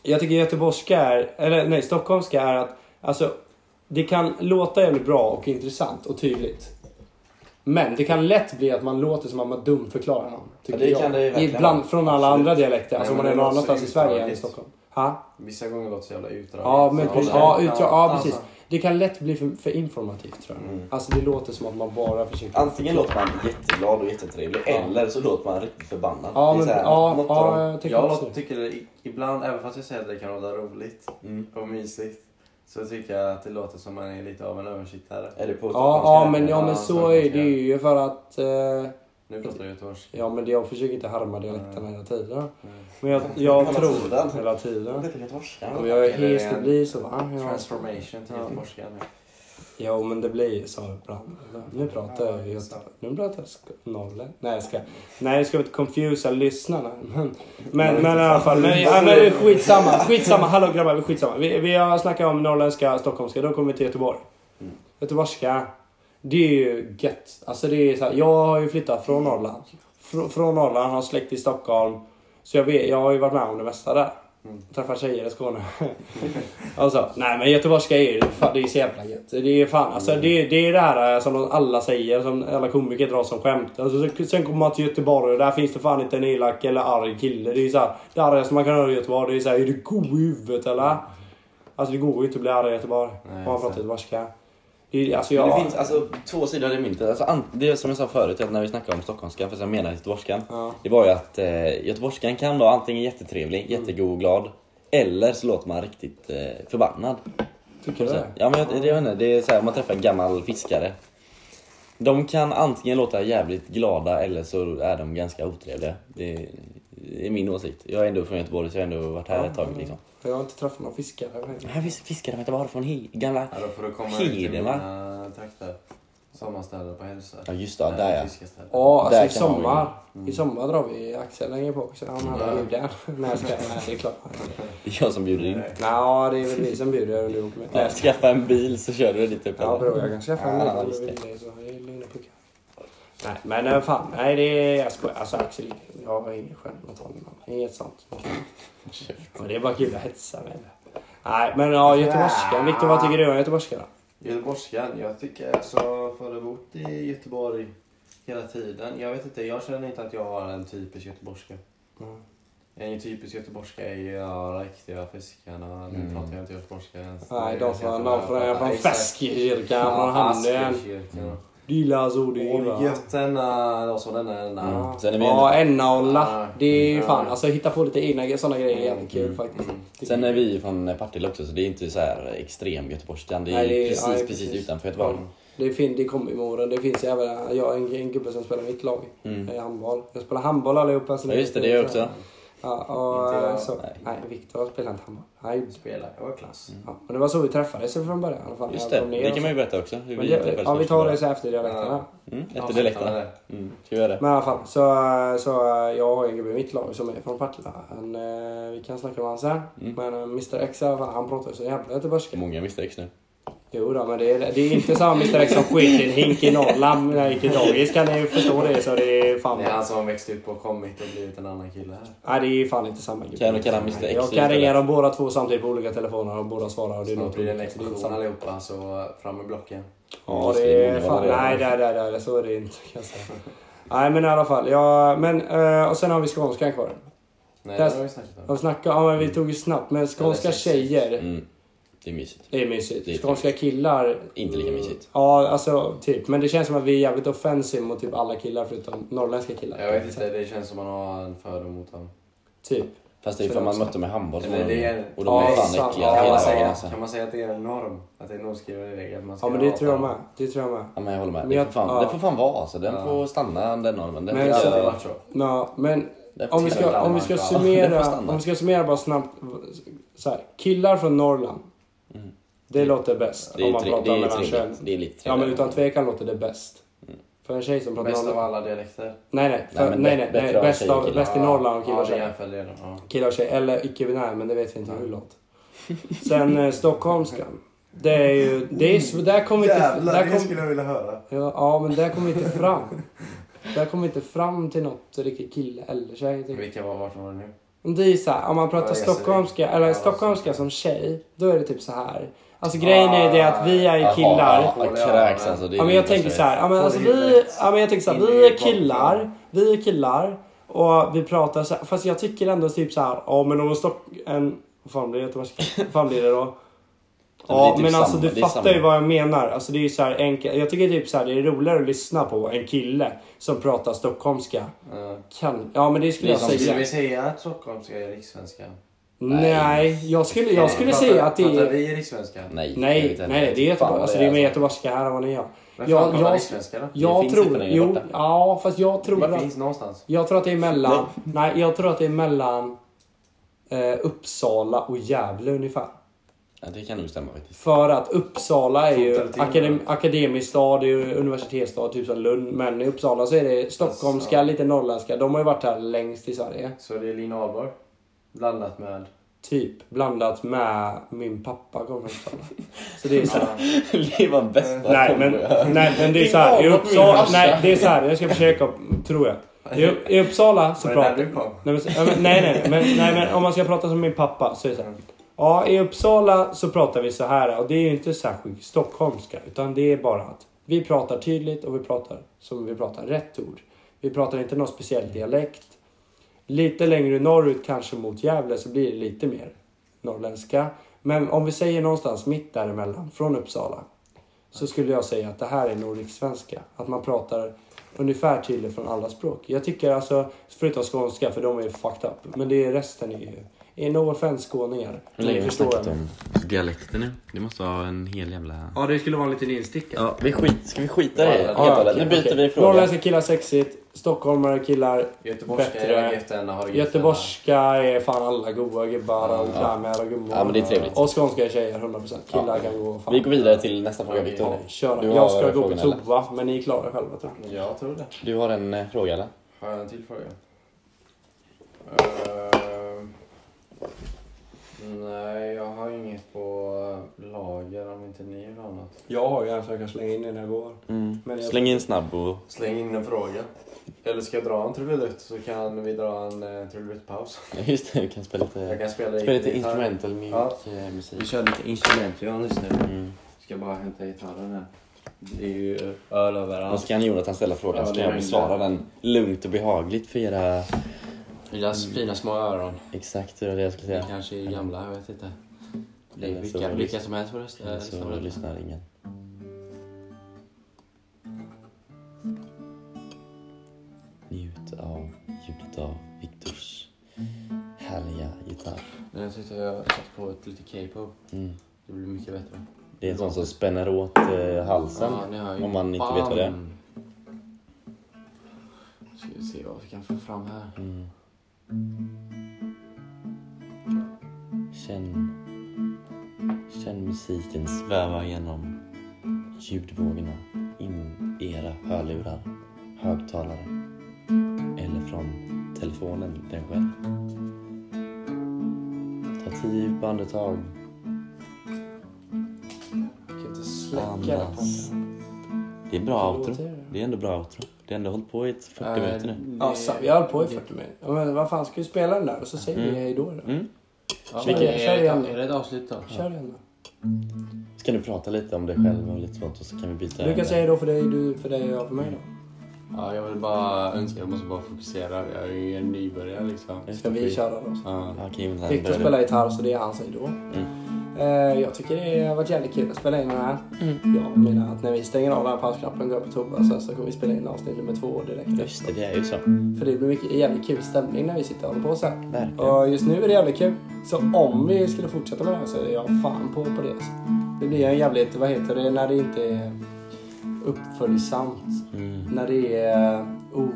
[SPEAKER 5] jag tycker göteborgska är, eller nej, stockholmska är att alltså, det kan låta jävligt bra och intressant och tydligt. Men det kan lätt bli att man låter som att man dumförklarar någon. Tycker
[SPEAKER 3] Ja, det
[SPEAKER 5] jag.
[SPEAKER 3] kan det ju verkligen
[SPEAKER 5] Ibland
[SPEAKER 3] vara.
[SPEAKER 5] från alla
[SPEAKER 3] Absolut.
[SPEAKER 5] andra dialekter.
[SPEAKER 3] Nej,
[SPEAKER 5] Alltså om
[SPEAKER 3] men
[SPEAKER 5] man är
[SPEAKER 3] det
[SPEAKER 5] någon
[SPEAKER 3] låter
[SPEAKER 5] annanstans i
[SPEAKER 3] så
[SPEAKER 5] Sverige än i
[SPEAKER 3] utdraget.
[SPEAKER 5] Stockholm. Ha?
[SPEAKER 3] Vissa gånger låter det så jävla utdraget.
[SPEAKER 5] Ja, men
[SPEAKER 3] Så
[SPEAKER 5] precis.
[SPEAKER 3] man-
[SPEAKER 5] Ja, utdrag, ja,
[SPEAKER 3] alltså.
[SPEAKER 5] precis. Det kan lätt bli för, för informativt tror jag.
[SPEAKER 3] Mm.
[SPEAKER 5] Alltså det låter som att man bara försöker...
[SPEAKER 2] Antingen låter man jätteglad och jättetrevlig eller så låter man riktigt förbannad.
[SPEAKER 5] Ja,
[SPEAKER 2] Det är
[SPEAKER 5] men,
[SPEAKER 2] så här,
[SPEAKER 5] ja,
[SPEAKER 2] något av
[SPEAKER 5] ja,
[SPEAKER 2] dem-
[SPEAKER 5] jag tycker
[SPEAKER 3] Jag
[SPEAKER 5] också
[SPEAKER 3] låter- tycker det i- ibland, även fast jag säger att det kan låta roligt
[SPEAKER 2] Mm.
[SPEAKER 3] och mysigt, så tycker jag att det låter som man är lite av en översittare.
[SPEAKER 2] Är det på
[SPEAKER 5] Ja, ja,
[SPEAKER 2] stockholmska?
[SPEAKER 5] men, ja, men
[SPEAKER 3] Ja,
[SPEAKER 5] så
[SPEAKER 3] stockholmska.
[SPEAKER 5] är det ju för att... Eh,
[SPEAKER 7] Nu pratar du göteborgska.
[SPEAKER 5] Ja, men det- jag försöker inte härma dialekten hela tiden.
[SPEAKER 7] Nej.
[SPEAKER 5] Men jag, jag
[SPEAKER 8] Hela tiden.
[SPEAKER 5] tror... Hela tiden. Och jag är
[SPEAKER 7] Eller
[SPEAKER 5] hes, det
[SPEAKER 7] en
[SPEAKER 5] blir så va? Ja.
[SPEAKER 7] Transformation till
[SPEAKER 5] Ja.
[SPEAKER 7] göteborgska. nu.
[SPEAKER 5] Jo, men det blir så ibland. Nu pratar jag ju göteborg- Nu pratar jag skåne. Nej, jag ska... Nej, jag ska inte confusa lyssnarna. Men, men, men i alla fall. Men, ja, men skitsamma. Skitsamma. Hallå grabbar, vi skitsamma. Vi, vi har snackat om norrländska, stockholmska. Då kommer vi till Göteborg. Göteborgska. Det är ju gött. Alltså det är så här, jag har ju flyttat från Norrland. Fr- från Norrland, har släkt i Stockholm. Så jag, vet, jag har ju varit med om det mesta där. Träffat tjejer i Skåne. Alltså, nej men göteborgska är ju fan, det är så jävla gött. Det är fan, alltså det, det är det här eh, som de alla säger, som alla komiker drar som skämt. Alltså, så- sen kommer man till Göteborg och där finns det fan inte en elak eller arg kille. Det är så här, det argaste man kan höra i Göteborg det är såhär, är du god i huvudet eller? Alltså det går ju inte att bli arg i Göteborg.
[SPEAKER 7] Nej,
[SPEAKER 5] Bara man pratar
[SPEAKER 7] exakt.
[SPEAKER 5] göteborgska. Det, är- alltså,
[SPEAKER 2] Men
[SPEAKER 5] jag,
[SPEAKER 2] Det finns alltså två sidor av det myntet. Alltså, an- det är som jag sa förut att när vi snackade om stockholmskan, fast jag menar göteborgskan.
[SPEAKER 5] Ja.
[SPEAKER 2] Det var ju att eh, göteborgskan kan vara antingen jättetrevlig, jättegod och glad. Eller så låter man riktigt eh, förbannad.
[SPEAKER 5] Tycker du
[SPEAKER 2] Så,
[SPEAKER 5] det?
[SPEAKER 2] ja men jag, det, jag vet inte, det är så här, om man träffar en gammal fiskare. De kan antingen låta jävligt glada eller så är de ganska otrevliga. Det är, det är min åsikt. Jag är ändå från Göteborg så jag har ändå varit här ett tag liksom.
[SPEAKER 5] Jag har inte träffat någon fiskare. men-
[SPEAKER 2] Här finns fiskare med Göteborg från he- gamla...
[SPEAKER 7] Ja, då får du komma ut till
[SPEAKER 2] Hedemar.
[SPEAKER 7] mina trakter. Sommarstäder på Hälsö.
[SPEAKER 2] Ja just det, där ja.
[SPEAKER 7] Fiskestäder.
[SPEAKER 5] Ja, alltså
[SPEAKER 2] Där
[SPEAKER 5] i
[SPEAKER 2] kan man Mm.
[SPEAKER 5] sommar. I sommar drar vi axeln längre på också. Han hade bjuden. Nej, jag skojar. Nej, det är klart.
[SPEAKER 2] Det är jag som bjuder in.
[SPEAKER 5] Nja, det är väl vi som bjuder och du åker med. Nej,
[SPEAKER 2] Ja,
[SPEAKER 5] jag skojar.
[SPEAKER 2] skaffa en bil så kör du dit upp.
[SPEAKER 5] Ja bror, jag kan skaffa en
[SPEAKER 2] Ja,
[SPEAKER 5] liten om du
[SPEAKER 2] just det.
[SPEAKER 5] vill det, så det är lugna puckar. Nej men eh, fan, nej det är, jag skojar. Alltså Axel, jag har ingen skämt mot honom. Inget sånt. Men det är bara kul att hetsa med. Nej men ja, göteborgskan. Viktor vad tycker du om göteborgskan då?
[SPEAKER 3] Göteborgskan, jag tycker alltså för att ha bott i Göteborg hela tiden. Jag vet inte, jag känner inte att jag har en typisk göteborgska.
[SPEAKER 5] Mm.
[SPEAKER 3] En typisk göteborgska är ju ja, riktiga fiskarna. Nu
[SPEAKER 7] Mm.
[SPEAKER 3] pratar jag inte göteborgska ens.
[SPEAKER 5] Nej,
[SPEAKER 3] Det är
[SPEAKER 5] de från,
[SPEAKER 3] jättebra.
[SPEAKER 5] de från,
[SPEAKER 3] Ja,
[SPEAKER 5] från
[SPEAKER 3] exakt.
[SPEAKER 5] Feskekyrkan, från
[SPEAKER 3] Ja,
[SPEAKER 5] Hamnen. Mm.
[SPEAKER 3] Askekyrkan.
[SPEAKER 5] Dylas ord i
[SPEAKER 3] Åh, gött denna, de som denna, denna.
[SPEAKER 5] Ja,
[SPEAKER 2] Mm. Sen är vi-
[SPEAKER 5] ja Ennaolla.
[SPEAKER 3] Ja.
[SPEAKER 5] Det är ju fan,
[SPEAKER 3] Ja.
[SPEAKER 5] alltså hitta på lite egna sådana grejer är jävligt kul
[SPEAKER 2] Mm.
[SPEAKER 5] faktiskt.
[SPEAKER 2] Sen är vi ju från Partille också så det är inte så här extrem göteborgskan. Det är
[SPEAKER 5] Nej, det är-
[SPEAKER 2] precis,
[SPEAKER 5] ja,
[SPEAKER 2] precis,
[SPEAKER 5] precis.
[SPEAKER 2] utanför Göteborg.
[SPEAKER 5] Det, fin- det kommer i Mora. Det finns även, jag har en, en gubbe som spelar i mitt lag.
[SPEAKER 2] Mm.
[SPEAKER 5] i handboll. Jag spelar handboll allihopa. så
[SPEAKER 2] Ja just det, det gör jag också.
[SPEAKER 5] Ja, och,
[SPEAKER 3] Inte jag.
[SPEAKER 5] så,
[SPEAKER 2] Nej.
[SPEAKER 5] nej. Viktor spelar inte handboll. Nej.
[SPEAKER 3] Spela, jag var klass.
[SPEAKER 5] Ja, och det var så vi träffades från början i alla fall.
[SPEAKER 2] Just
[SPEAKER 5] Jag
[SPEAKER 2] det,
[SPEAKER 5] kom ner
[SPEAKER 2] det
[SPEAKER 5] och
[SPEAKER 2] kan
[SPEAKER 5] så.
[SPEAKER 2] man ju berätta också. Hur
[SPEAKER 5] Men
[SPEAKER 2] vi
[SPEAKER 5] det,
[SPEAKER 2] träffades
[SPEAKER 5] ja, vi tar det
[SPEAKER 2] första
[SPEAKER 5] så här efter dialekterna.
[SPEAKER 2] gången. Mm, efter
[SPEAKER 3] Avsluta med
[SPEAKER 2] dialekterna.
[SPEAKER 3] det.
[SPEAKER 2] Mm, ska vi göra det?
[SPEAKER 5] Men i alla fall, så, så jag har en gubbe i mitt lag som är från Partille. Han, eh, vi kan snacka om han sen.
[SPEAKER 2] Mm.
[SPEAKER 5] Men eh, Mr X i alla fall, han pratar ju så jävla göteborgska.
[SPEAKER 2] Många misstag nu.
[SPEAKER 5] Jo då, men det är, det är inte samma Mr X som skit i en hink i Norrland när jag gick i dagis kan ni ju förstå det. Så det är fan...
[SPEAKER 3] Det är han som har växt upp och kommit och blivit en annan kille här.
[SPEAKER 5] Nej, det är fan inte samma gubbe.
[SPEAKER 2] Kan jag kalla Mr X
[SPEAKER 5] Jag kan ringa
[SPEAKER 2] istället?
[SPEAKER 5] dem båda två samtidigt på olika telefoner och båda svarar och det är
[SPEAKER 3] Snart
[SPEAKER 5] något
[SPEAKER 3] blir det en
[SPEAKER 5] olika, så det är inte
[SPEAKER 3] explosion
[SPEAKER 5] samma.
[SPEAKER 3] allihopa, så fram med blocken.
[SPEAKER 5] Ja, det är fan,
[SPEAKER 2] Ja, det är-
[SPEAKER 5] nej, där, där, där, så är det inte kan jag säga. Nej, men i alla fall. Ja, men, eh, och sen har vi skånskan kvar.
[SPEAKER 3] Nej,
[SPEAKER 5] Där-
[SPEAKER 3] det har vi snackat om.
[SPEAKER 5] De snackar, ja men vi tog ju snabbt, men skånska
[SPEAKER 3] Eller sexigt.
[SPEAKER 5] tjejer,
[SPEAKER 2] Mm, det är mysigt.
[SPEAKER 5] det är
[SPEAKER 2] Det är typ-
[SPEAKER 5] mysigt. Skånska killar,
[SPEAKER 2] Inte lika mysigt.
[SPEAKER 5] ja alltså typ. Men det känns som att vi är jävligt offensiva mot typ alla killar förutom norrländska killar.
[SPEAKER 3] Jag vet inte, det känns som man har en fördom mot dem.
[SPEAKER 5] Typ.
[SPEAKER 2] Fast det är ju för man mötte dem i handboll så var
[SPEAKER 3] Eller det är
[SPEAKER 2] de,
[SPEAKER 3] en...
[SPEAKER 2] och de var
[SPEAKER 5] Ja,
[SPEAKER 2] fan
[SPEAKER 5] sant.
[SPEAKER 2] äckliga.
[SPEAKER 3] kan,
[SPEAKER 2] hela
[SPEAKER 3] man
[SPEAKER 5] ja,
[SPEAKER 3] säga,
[SPEAKER 2] dagen,
[SPEAKER 3] kan
[SPEAKER 2] alltså.
[SPEAKER 3] man säga att det är en norm? Att det är en normskriven regel? Att man ska
[SPEAKER 5] Ja men det
[SPEAKER 3] ha
[SPEAKER 5] tror jag
[SPEAKER 3] dem?
[SPEAKER 5] med. Det tror jag med.
[SPEAKER 2] Ja, men jag håller med.
[SPEAKER 5] Men
[SPEAKER 2] Det
[SPEAKER 5] jag-
[SPEAKER 2] får fan,
[SPEAKER 5] ja.
[SPEAKER 2] det får fan vara alltså. Den
[SPEAKER 3] Ja.
[SPEAKER 2] får stanna den normen. Den
[SPEAKER 5] Men
[SPEAKER 2] tycker
[SPEAKER 3] Ja, det
[SPEAKER 2] jag-
[SPEAKER 3] har varit så.
[SPEAKER 5] Ja, men
[SPEAKER 2] den får
[SPEAKER 5] Om vi,
[SPEAKER 2] stanna.
[SPEAKER 5] ska, om, vi ska
[SPEAKER 3] Ja,
[SPEAKER 2] det får
[SPEAKER 5] summera,
[SPEAKER 2] stanna.
[SPEAKER 5] om vi ska summera bara snabbt. Så här, killar från Norrland.
[SPEAKER 2] Mm.
[SPEAKER 5] Det låter bäst
[SPEAKER 2] Det är
[SPEAKER 5] om
[SPEAKER 2] ju
[SPEAKER 5] man
[SPEAKER 2] tre-
[SPEAKER 5] pratar
[SPEAKER 2] det är Mm. ju
[SPEAKER 5] mellan kön.
[SPEAKER 2] trevligt. Det är lite
[SPEAKER 5] Ja men
[SPEAKER 2] trevligt.
[SPEAKER 5] utan tvekan låter det bäst. För en tjej som pratar
[SPEAKER 3] Bäst av
[SPEAKER 5] Norrland.
[SPEAKER 3] alla dialekter.
[SPEAKER 5] Nej nej,
[SPEAKER 2] Nej,
[SPEAKER 5] för,
[SPEAKER 2] men
[SPEAKER 5] nej,
[SPEAKER 2] bä-
[SPEAKER 5] nej,
[SPEAKER 2] bättre
[SPEAKER 5] nej
[SPEAKER 2] av
[SPEAKER 5] bäst,
[SPEAKER 2] tjejer och
[SPEAKER 5] av,
[SPEAKER 2] killar.
[SPEAKER 5] bäst i Norrland och killar
[SPEAKER 3] Ja,
[SPEAKER 5] och
[SPEAKER 3] det
[SPEAKER 5] tjej.
[SPEAKER 3] jämför det. då, ja.
[SPEAKER 5] Killar och tjej, eller icke-binär men det vet vi inte hur det
[SPEAKER 3] Mm.
[SPEAKER 5] låter. Sen eh, stockholmskan. Det är ju, det är, sv- där kommer inte, där kom,
[SPEAKER 3] jag vilja höra.
[SPEAKER 5] ja, ja men där kommer inte fram. Där kommer inte fram till något riktigt kille eller tjej. tycker jag.
[SPEAKER 3] Vilka var vart var det nu?
[SPEAKER 5] Men Det är ju så här, om man pratar
[SPEAKER 3] Ja, jag ser
[SPEAKER 5] stockholmska,
[SPEAKER 3] det. Ah,
[SPEAKER 5] eller
[SPEAKER 3] Ja,
[SPEAKER 5] stockholmska som tjej, då är det typ så här. Alltså grejen är det att vi är killar.
[SPEAKER 2] Ja, ja, ja, kräks alltså. Det är
[SPEAKER 5] Ja, men
[SPEAKER 2] ju
[SPEAKER 5] jag
[SPEAKER 2] inte
[SPEAKER 5] tänker
[SPEAKER 2] så-
[SPEAKER 5] så här, ja, men
[SPEAKER 3] Får
[SPEAKER 5] alltså
[SPEAKER 3] i
[SPEAKER 5] vi,
[SPEAKER 3] huvudet.
[SPEAKER 5] ja, men jag tänker så här,
[SPEAKER 3] In
[SPEAKER 5] vi
[SPEAKER 3] i
[SPEAKER 5] är killar,
[SPEAKER 3] kroppen.
[SPEAKER 5] vi är killar och vi pratar så här, fast jag tycker ändå typ så här, ja men om en stock, en, vad fan blir det göteborgska? Vad fan blir det då?
[SPEAKER 2] Ja, men det är
[SPEAKER 5] Ja
[SPEAKER 2] typ
[SPEAKER 5] men alltså
[SPEAKER 2] samma-
[SPEAKER 5] du
[SPEAKER 2] det är
[SPEAKER 5] fattar
[SPEAKER 2] samma.
[SPEAKER 5] ju vad jag menar. Alltså det är ju så här enkelt. Jag tycker typ så här, det är roligare att lyssna på en kille som pratar stockholmska. Kan, ja men det skulle
[SPEAKER 2] Det är
[SPEAKER 5] jag
[SPEAKER 2] som-
[SPEAKER 5] säga.
[SPEAKER 3] Skulle vi säga att stockholmska är rikssvenska?
[SPEAKER 2] Nej.
[SPEAKER 5] Nej, jag skulle, jag skulle
[SPEAKER 3] Pratar-
[SPEAKER 5] säga att det
[SPEAKER 3] Pratar
[SPEAKER 5] är...
[SPEAKER 3] vi rikssvenska?
[SPEAKER 2] Nej, jag vet
[SPEAKER 5] Nej,
[SPEAKER 2] inte.
[SPEAKER 5] nej, det
[SPEAKER 2] Fan
[SPEAKER 5] är Göteborg.
[SPEAKER 2] vad
[SPEAKER 5] Alltså, det är mer
[SPEAKER 2] alltså.
[SPEAKER 5] göteborgska här än vad ni har.
[SPEAKER 3] Men
[SPEAKER 5] Ja,
[SPEAKER 3] fan, kolla
[SPEAKER 5] jag-
[SPEAKER 3] isländska då.
[SPEAKER 5] Jag
[SPEAKER 2] Det finns inte
[SPEAKER 5] tror...
[SPEAKER 2] längre
[SPEAKER 5] Jo,
[SPEAKER 2] borta.
[SPEAKER 5] ja, fast jag tror
[SPEAKER 3] Det
[SPEAKER 5] att...
[SPEAKER 3] finns någonstans.
[SPEAKER 5] Jag tror att det är mellan... Nej, jag tror att det är mellan eh, Uppsala och Gävle ungefär.
[SPEAKER 2] Ja, det kan nog stämma faktiskt.
[SPEAKER 5] För att Uppsala är ju
[SPEAKER 3] Fotar till.
[SPEAKER 5] akadem, akademisk stad, det är ju universitetsstad, typ som Lund. Men i Uppsala så är det stockholmska,
[SPEAKER 3] Alltså.
[SPEAKER 5] lite norrländska. De har ju varit här längst i Sverige.
[SPEAKER 3] Så det är Lina Ahlborg. Blandat med...
[SPEAKER 5] Typ blandat med min pappa kommer från Uppsala. Så det är så här.
[SPEAKER 2] det var bästa
[SPEAKER 5] Nej men, nej men det är så här. I Uppsala, nej det är så här. Jag ska försöka, tror jag. I, i Uppsala så
[SPEAKER 3] Var det där
[SPEAKER 5] pratar...
[SPEAKER 3] du kom?
[SPEAKER 5] Nej, men, ja, men- nej, nej, men, nej, men om man ska prata som min pappa så är det så här. Ja, i Uppsala så pratar vi så här och det är ju inte särskilt stockholmska utan det är bara att vi pratar tydligt och vi pratar som vi pratar rätt ord. Vi pratar inte någon speciell dialekt. Lite längre norrut kanske mot Gävle så blir det lite mer norrländska. Men om vi säger någonstans mitt däremellan från Uppsala så skulle jag säga att det här är nordiksvenska. Att man pratar ungefär tydligt från alla språk. Jag tycker alltså, förutom skånska för de är ju fucked up, men det är resten är ju... Är no offense skåningar.
[SPEAKER 2] Hur länge har vi
[SPEAKER 5] förstår
[SPEAKER 2] snackat
[SPEAKER 5] jag.
[SPEAKER 2] om dialekter nu? Det måste ha en hel jävla...
[SPEAKER 5] Ja, det skulle vara en liten instickare.
[SPEAKER 2] Ja, vi skit... Ska vi skita i det? helt och
[SPEAKER 5] Ja,
[SPEAKER 2] hållet?
[SPEAKER 5] okej,
[SPEAKER 2] Nu byter
[SPEAKER 5] okej.
[SPEAKER 2] vi fråga.
[SPEAKER 5] Norrländska killar sexigt, stockholmare killar
[SPEAKER 3] Göteborgska
[SPEAKER 5] Bättre.
[SPEAKER 3] är gifterna, har
[SPEAKER 5] Göteborgska är fan alla goa gubbar och damer och gummor.
[SPEAKER 2] Ja, men det är trevligt.
[SPEAKER 5] Och skånska är tjejer 100%. Killar
[SPEAKER 2] Ja.
[SPEAKER 5] kan gå fan.
[SPEAKER 2] Vi går vidare till nästa fråga,
[SPEAKER 5] Ja,
[SPEAKER 2] Victor.
[SPEAKER 5] kör då.
[SPEAKER 2] Du har
[SPEAKER 5] Jag ska gå på
[SPEAKER 2] frågan, eller?
[SPEAKER 5] toa, men ni klarar er själva tror jag.
[SPEAKER 3] Jag tror det.
[SPEAKER 2] Du har en eh, fråga, eller?
[SPEAKER 3] Har jag en till fråga? Ehm, nej, jag har inget på lager om inte ni har något.
[SPEAKER 5] Jag har ju en så jag kan slänga in innan jag går. Men jag-
[SPEAKER 2] Släng in snabb och...
[SPEAKER 3] Släng in en fråga. Eller ska jag dra en trudelutt så kan vi dra en eh, trudeluttpaus.
[SPEAKER 2] Just det, du kan spela
[SPEAKER 3] Jag
[SPEAKER 2] lite...
[SPEAKER 3] kan spela,
[SPEAKER 2] Spela lite
[SPEAKER 3] gitarr.
[SPEAKER 2] instrumental mjuk
[SPEAKER 3] Ja.
[SPEAKER 2] eh,
[SPEAKER 3] Vi
[SPEAKER 2] musik.
[SPEAKER 3] kör lite instrumentpiano just nu.
[SPEAKER 2] Mm.
[SPEAKER 3] Ska bara hämta gitarren här. Det är ju öl
[SPEAKER 2] Nu
[SPEAKER 3] överallt.
[SPEAKER 2] ska han Jonathan ställa
[SPEAKER 3] Ja,
[SPEAKER 2] frågan så
[SPEAKER 3] det
[SPEAKER 2] kan jag
[SPEAKER 3] är
[SPEAKER 2] besvara
[SPEAKER 3] det.
[SPEAKER 2] den lugnt och behagligt för era...
[SPEAKER 3] Mina fina små öron.
[SPEAKER 2] Exakt, det var det jag skulle
[SPEAKER 3] Vi
[SPEAKER 2] säga.
[SPEAKER 3] kanske är gamla, jag vet inte. Det är
[SPEAKER 2] Eller så
[SPEAKER 3] vilka,
[SPEAKER 2] var det-
[SPEAKER 3] vilka eh, som helst får rösta.
[SPEAKER 2] Eller
[SPEAKER 3] rösta på
[SPEAKER 2] så
[SPEAKER 3] det.
[SPEAKER 2] lyssnar ingen. Njut av ljudet av Viktors härliga gitarr.
[SPEAKER 3] Men jag tyckte jag satt på ett lite K-pop.
[SPEAKER 2] Mm.
[SPEAKER 3] Det blir mycket bättre.
[SPEAKER 2] Det är en sån som spänner åt eh, halsen.
[SPEAKER 3] Ja, ni hör ju.
[SPEAKER 2] om man inte vet vad det är.
[SPEAKER 3] Bam! Ska vi se vad vi kan få fram här.
[SPEAKER 2] Mm. Känn, känn musiken sväva genom ljudvågorna in i era hörlurar, högtalare eller från telefonen den själv. Ta tio djupa andetag,
[SPEAKER 5] Jag kan inte släcka den.
[SPEAKER 2] andas. Det är bra outro.
[SPEAKER 5] Låter det?
[SPEAKER 2] Det är ändå bra outro. Det har ändå hållit på i ett 40
[SPEAKER 3] Äh,
[SPEAKER 2] minuter nu.
[SPEAKER 5] Ja, så, vi höll på i 40 minuter. Ja, Men vad fan, ska vi spela den där och så säger vi
[SPEAKER 2] Mm.
[SPEAKER 5] hejdå då?
[SPEAKER 2] Mm.
[SPEAKER 3] Ja,
[SPEAKER 5] Kör
[SPEAKER 3] men
[SPEAKER 5] igen, kör
[SPEAKER 3] är,
[SPEAKER 5] igen.
[SPEAKER 3] det, är det ett avslut då?
[SPEAKER 5] Kör igen då.
[SPEAKER 2] Ska du prata lite om dig själv och lite sånt och så kan vi byta
[SPEAKER 5] Du kan
[SPEAKER 2] ämne.
[SPEAKER 5] säga hejdå för dig, du för dig och jag för mig då.
[SPEAKER 3] Ja, jag vill bara önska, jag måste bara fokusera. Jag är ju en nybörjare liksom.
[SPEAKER 2] Just
[SPEAKER 5] Ska
[SPEAKER 2] det,
[SPEAKER 5] vi
[SPEAKER 2] skit.
[SPEAKER 5] köra då?
[SPEAKER 3] Ja.
[SPEAKER 2] Ja, Okej, Jonathan,
[SPEAKER 5] Viktor
[SPEAKER 2] börja du.
[SPEAKER 5] spelar gitarr så det är hans hejdå. Eh, Jag tycker det har varit jävligt kul att spela in den här. Jag menar att när vi stänger av den här pausknappen och går på toa sen så kommer vi spela in avsnitt nummer två direkt
[SPEAKER 2] Just det,
[SPEAKER 5] efter.
[SPEAKER 2] det är ju så.
[SPEAKER 5] För det blir mycket jävligt kul stämning när vi sitter och håller på så här.
[SPEAKER 2] Verkligen.
[SPEAKER 5] Och just nu är det jävligt kul. Så om vi skulle fortsätta med det här så är jag fan på, på det. alltså. Det blir en jävligt, vad heter det, när det inte är uppföljsamt.
[SPEAKER 2] Mm.
[SPEAKER 5] När det är, o,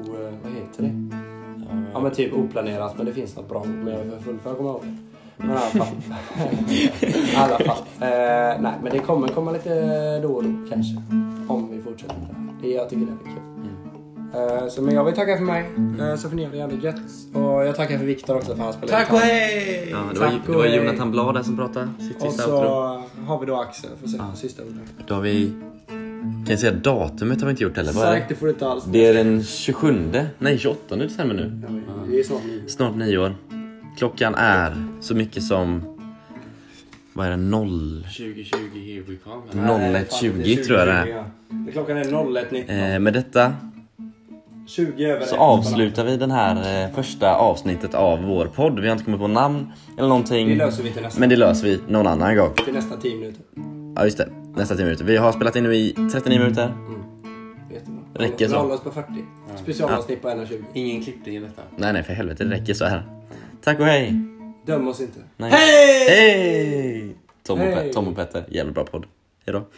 [SPEAKER 5] vad heter det? Ja men typ oplanerat men det finns något bra ord men jag är för full för att komma ihåg det. Men i alla fall. I alla fall. Eh, nej men det kommer komma lite då och då kanske. Om vi fortsätter med det här. Det jag tycker det är kul. Eh, så men jag vill tacka för mig. Eh, så får ni ha det jävligt gött. Och jag tackar för Viktor också för han spelade gitarr.
[SPEAKER 2] hej! Ja, det, var,
[SPEAKER 5] Tack
[SPEAKER 2] det
[SPEAKER 5] och
[SPEAKER 2] var
[SPEAKER 5] hej.
[SPEAKER 2] Jonathan Blad där som pratade. Sitt
[SPEAKER 5] Och
[SPEAKER 2] sista
[SPEAKER 5] så
[SPEAKER 2] outro.
[SPEAKER 5] har vi då Axel för att säga sista ordet.
[SPEAKER 2] Då har vi... Kan jag säga datumet har vi inte gjort heller? Vad är
[SPEAKER 5] Exakt,
[SPEAKER 2] det?
[SPEAKER 5] det får du inte alls.
[SPEAKER 2] Det är den 27, nej 28 december nu.
[SPEAKER 5] Ja, men Det är snart nu.
[SPEAKER 2] Snart nio år. Klockan är så mycket som... Vad är det? 0...
[SPEAKER 3] 2020 here we come.
[SPEAKER 2] 01.20 tror jag det är.
[SPEAKER 1] är. Klockan är 01.19.
[SPEAKER 2] Eh, med detta
[SPEAKER 1] 20 över
[SPEAKER 2] så
[SPEAKER 1] ett.
[SPEAKER 2] avslutar vi den här eh, första avsnittet av vår podd. Vi har inte kommit på namn eller
[SPEAKER 1] Det
[SPEAKER 2] någonting.
[SPEAKER 1] löser vi till nästa,
[SPEAKER 2] Men det löser vi någon annan gång.
[SPEAKER 1] till nästa 10 minuter.
[SPEAKER 2] Ja just det, nästa 10 minuter. Vi har spelat in nu i 39 minuter.
[SPEAKER 1] Jättebra.
[SPEAKER 2] Räcker
[SPEAKER 1] Vi
[SPEAKER 2] så.
[SPEAKER 1] håller oss på 40. Specialavsnitt på 1.20.
[SPEAKER 3] Ingen klippning i detta.
[SPEAKER 2] Nej nej för helvete, det räcker så här. Tack och hej!
[SPEAKER 1] Döm oss inte.
[SPEAKER 2] Nej. Hej! Tom, och Pe-
[SPEAKER 1] Hej!
[SPEAKER 2] Tom och Petter, jävligt bra podd. Hejdå.